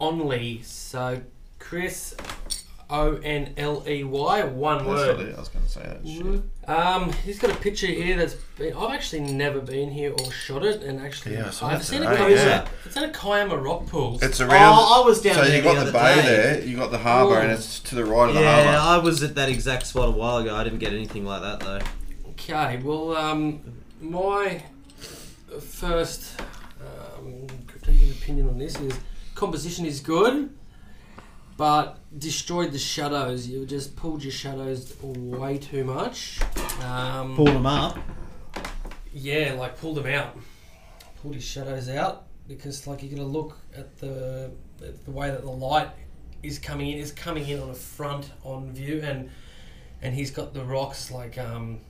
S3: Onley. So Chris O N L E Y, one word.
S2: I was going to say that.
S3: Um, he's got a picture here that's been. I've actually never been here or shot it, and actually,
S7: Yeah, I saw
S3: I've
S7: that
S3: seen it.
S7: today,
S3: go-
S5: yeah.
S3: It's at a Kiama rock pool.
S7: It's around.
S5: Oh, I was down
S7: so
S5: there
S7: you got
S5: the
S7: the
S5: other
S7: bay
S5: day.
S7: there, you got the harbour, and
S3: Ooh.
S7: it's to the right of the harbour.
S5: Yeah, I was at that exact spot a while ago. I didn't get anything like that though.
S3: Okay, well, um, my first um, critical opinion on this is composition is good, but destroyed the shadows. You just pulled your shadows way too much. Um,
S6: Pull them up.
S3: yeah, like pulled them out, pulled his shadows out because like you're gonna look at the at the way that the light is coming in is coming in on a front on view and and he's got the rocks like um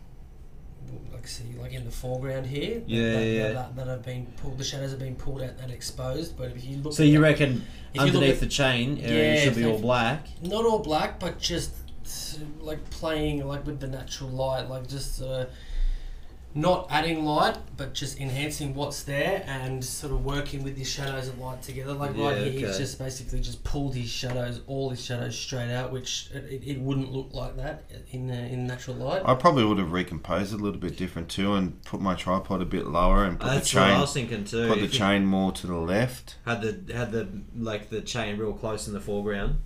S3: like see like in the foreground here that-
S5: Yeah,
S3: that,
S5: yeah, yeah.
S3: That, that have been pulled the shadows have been pulled out and exposed but if you look
S5: So
S3: at
S5: you
S3: that-
S5: reckon
S3: if you look
S5: underneath
S3: at-
S5: the chain
S3: Yeah,
S5: area you should be
S3: if-
S5: all black?
S3: not all black, but just like playing like with the natural light, like just uh, not adding light, but just enhancing what's there and sort of working with his shadows and light together. Like right
S5: Yeah,
S3: here, he's
S5: okay.
S3: just basically just pulled his shadows, all his shadows straight out, which it, it, it wouldn't look like that in uh, in natural light.
S7: I probably would have recomposed it a little bit different too, and put my tripod a bit lower, and put
S5: That's
S7: the
S5: what I
S7: chain,
S5: was thinking too.
S7: put the
S5: If you
S7: chain more to the left.
S5: Had the had the like the chain real close in the foreground.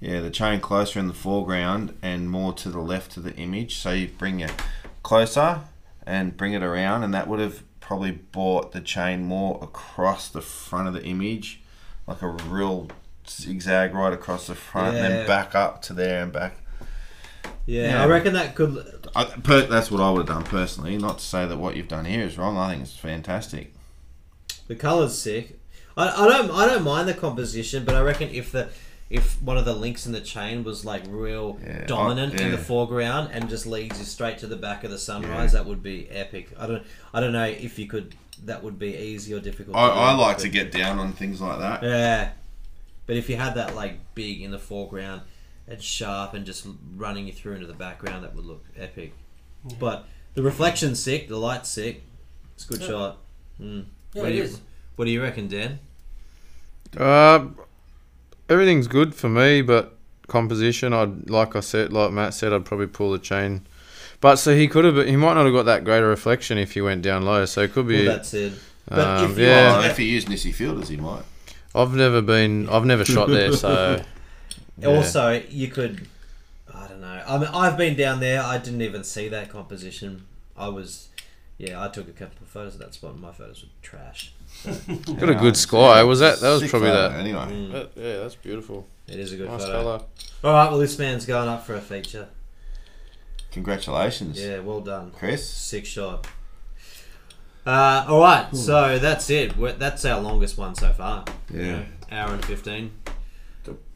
S7: Yeah, the chain closer in the foreground and more to the left of the image. So you bring it closer and bring it around, and that would have probably brought the chain more across the front of the image, like a real zigzag right across the front, and
S5: Yeah.
S7: then back up to there and back.
S5: Yeah,
S7: Yeah.
S5: I reckon that could.
S7: I, per, that's what I would have done personally. Not to say that what you've done here is wrong. I think it's fantastic.
S5: The color's sick. I, I don't I don't mind the composition, but I reckon if the if one of the links in the chain was like real
S7: Yeah, I-
S5: dominant in the
S7: yeah.
S5: foreground and just leads you straight to the back of the sunrise, that would be epic. I don't I don't know if you could. That would be easy or difficult.
S7: I,
S5: do,
S7: I like
S5: but-
S7: to get down on things like that.
S5: Yeah, but if you had that like big in the foreground and sharp and just running you through into the background, that would look epic. But the reflection's sick, the light's sick. It's a good
S3: Yeah.
S5: shot. Mm.
S3: Yeah,
S5: what
S3: it
S5: do you,
S3: is.
S5: What do you reckon, Dan?
S4: Uh, everything's good for me, but composition, I'd like I said, like Matt said, I'd probably pull the chain. But so he could have, he might not have got that great a reflection if he went down low. So it could
S5: Well,
S4: be.
S5: that's it. But
S4: Um,
S5: if you
S4: yeah.
S7: Well,
S5: are,
S7: if he used Nissy Fielders, he might.
S4: I've never been, I've never shot
S5: [LAUGHS]
S4: there, so. yeah.
S5: also you could. I don't know. I mean, I've been down there. I didn't even see that composition. I was, yeah. I took a couple of photos at that spot, and my photos were trash.
S4: Got a good sky. Was that- that was
S7: Sick
S4: probably
S7: photo,
S4: that.
S7: Anyway.
S5: Mm,
S4: That- yeah, that's beautiful.
S5: it is a good
S4: Nice
S5: photo.
S4: colour.
S5: All right. Well, this man's going up for a feature.
S7: Congratulations,
S5: Yeah. Well done.
S7: Chris.
S5: Six shot. Uh, all right, so that's it. We're, that's our longest one so far.
S2: Yeah.
S5: Hour and fifteen.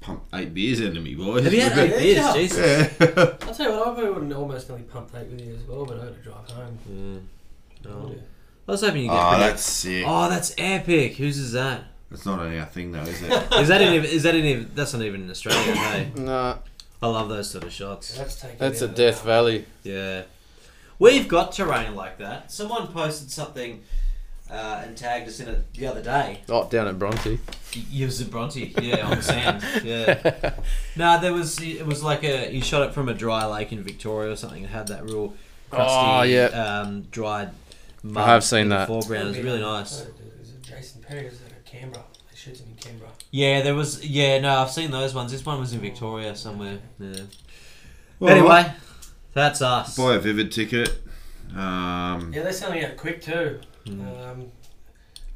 S2: Pump eight beers into me, boys.
S5: Have you
S2: [LAUGHS]
S5: had eight
S3: Yeah,
S5: beers?
S3: yeah.
S5: Jesus.
S2: Yeah.
S3: I'll tell you what, I probably wouldn't almost nearly pump that with you as well, but I had to drive home.
S5: Mm. No.
S3: Yeah.
S5: I was hoping you get.
S7: Oh,
S5: pretty-
S7: that's sick.
S5: oh, that's epic. Whose is that?
S7: It's not on our thing though, is
S4: [LAUGHS]
S7: it?
S5: Is that in? Is that in? even- That's not even in Australia. hey,
S4: [LAUGHS] Nah,
S5: I love those sort of shots.
S3: That's taking
S4: that's
S3: it
S4: a
S3: out of
S4: Death
S3: the-
S4: Valley.
S5: Yeah, we've got terrain like that. Someone posted something uh, and tagged us in it the other day.
S4: Oh, down at Bronte.
S5: It was a Bronte, yeah, on the sand, yeah. No, there was it was like a he shot it from a dry lake in Victoria or something. It had that real crusty,
S4: Oh, yeah.
S5: um, dried. Mud
S4: have seen
S5: in the
S4: that.
S5: foreground. It was really
S3: Oh,
S5: nice.
S3: Is it Jason Perry? Is it Canberra? They shoot him in Canberra.
S5: Yeah, there was. Yeah, no, I've seen those ones. This one was in Victoria somewhere. Yeah.
S2: Well,
S5: anyway, that's us.
S2: Buy a Vivid ticket. Um,
S5: Hmm.
S3: Yeah, they're selling out quick too.
S5: Mm.
S3: Um,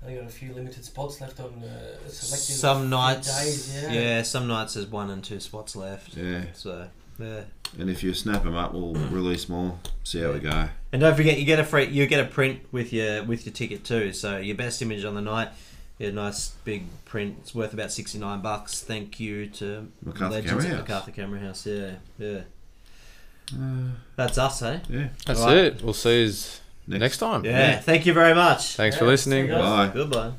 S3: They got a few limited spots left on uh, selective
S5: Some nights,
S3: days. Yeah.
S5: some nights there's one and two spots left.
S2: Yeah.
S5: So, yeah.
S2: And if you snap them up, we'll release more. See how we go.
S5: And don't forget, you get a free, you get a print with your with your ticket too. So your best image on the night, a nice big print. It's worth about sixty nine bucks. Thank you to
S2: MacArthur
S5: Legends
S2: Camera
S5: at
S2: House.
S5: MacArthur Camera House. Yeah, yeah.
S7: Uh,
S5: That's us, eh?
S2: Yeah.
S4: [LAUGHS] That's
S5: Alright.
S4: it. We'll see you next,
S2: Next-
S4: time.
S5: Yeah. Thank you very much.
S4: Thanks for
S3: Yeah,
S4: listening.
S3: see you guys.
S2: Bye.
S5: Goodbye.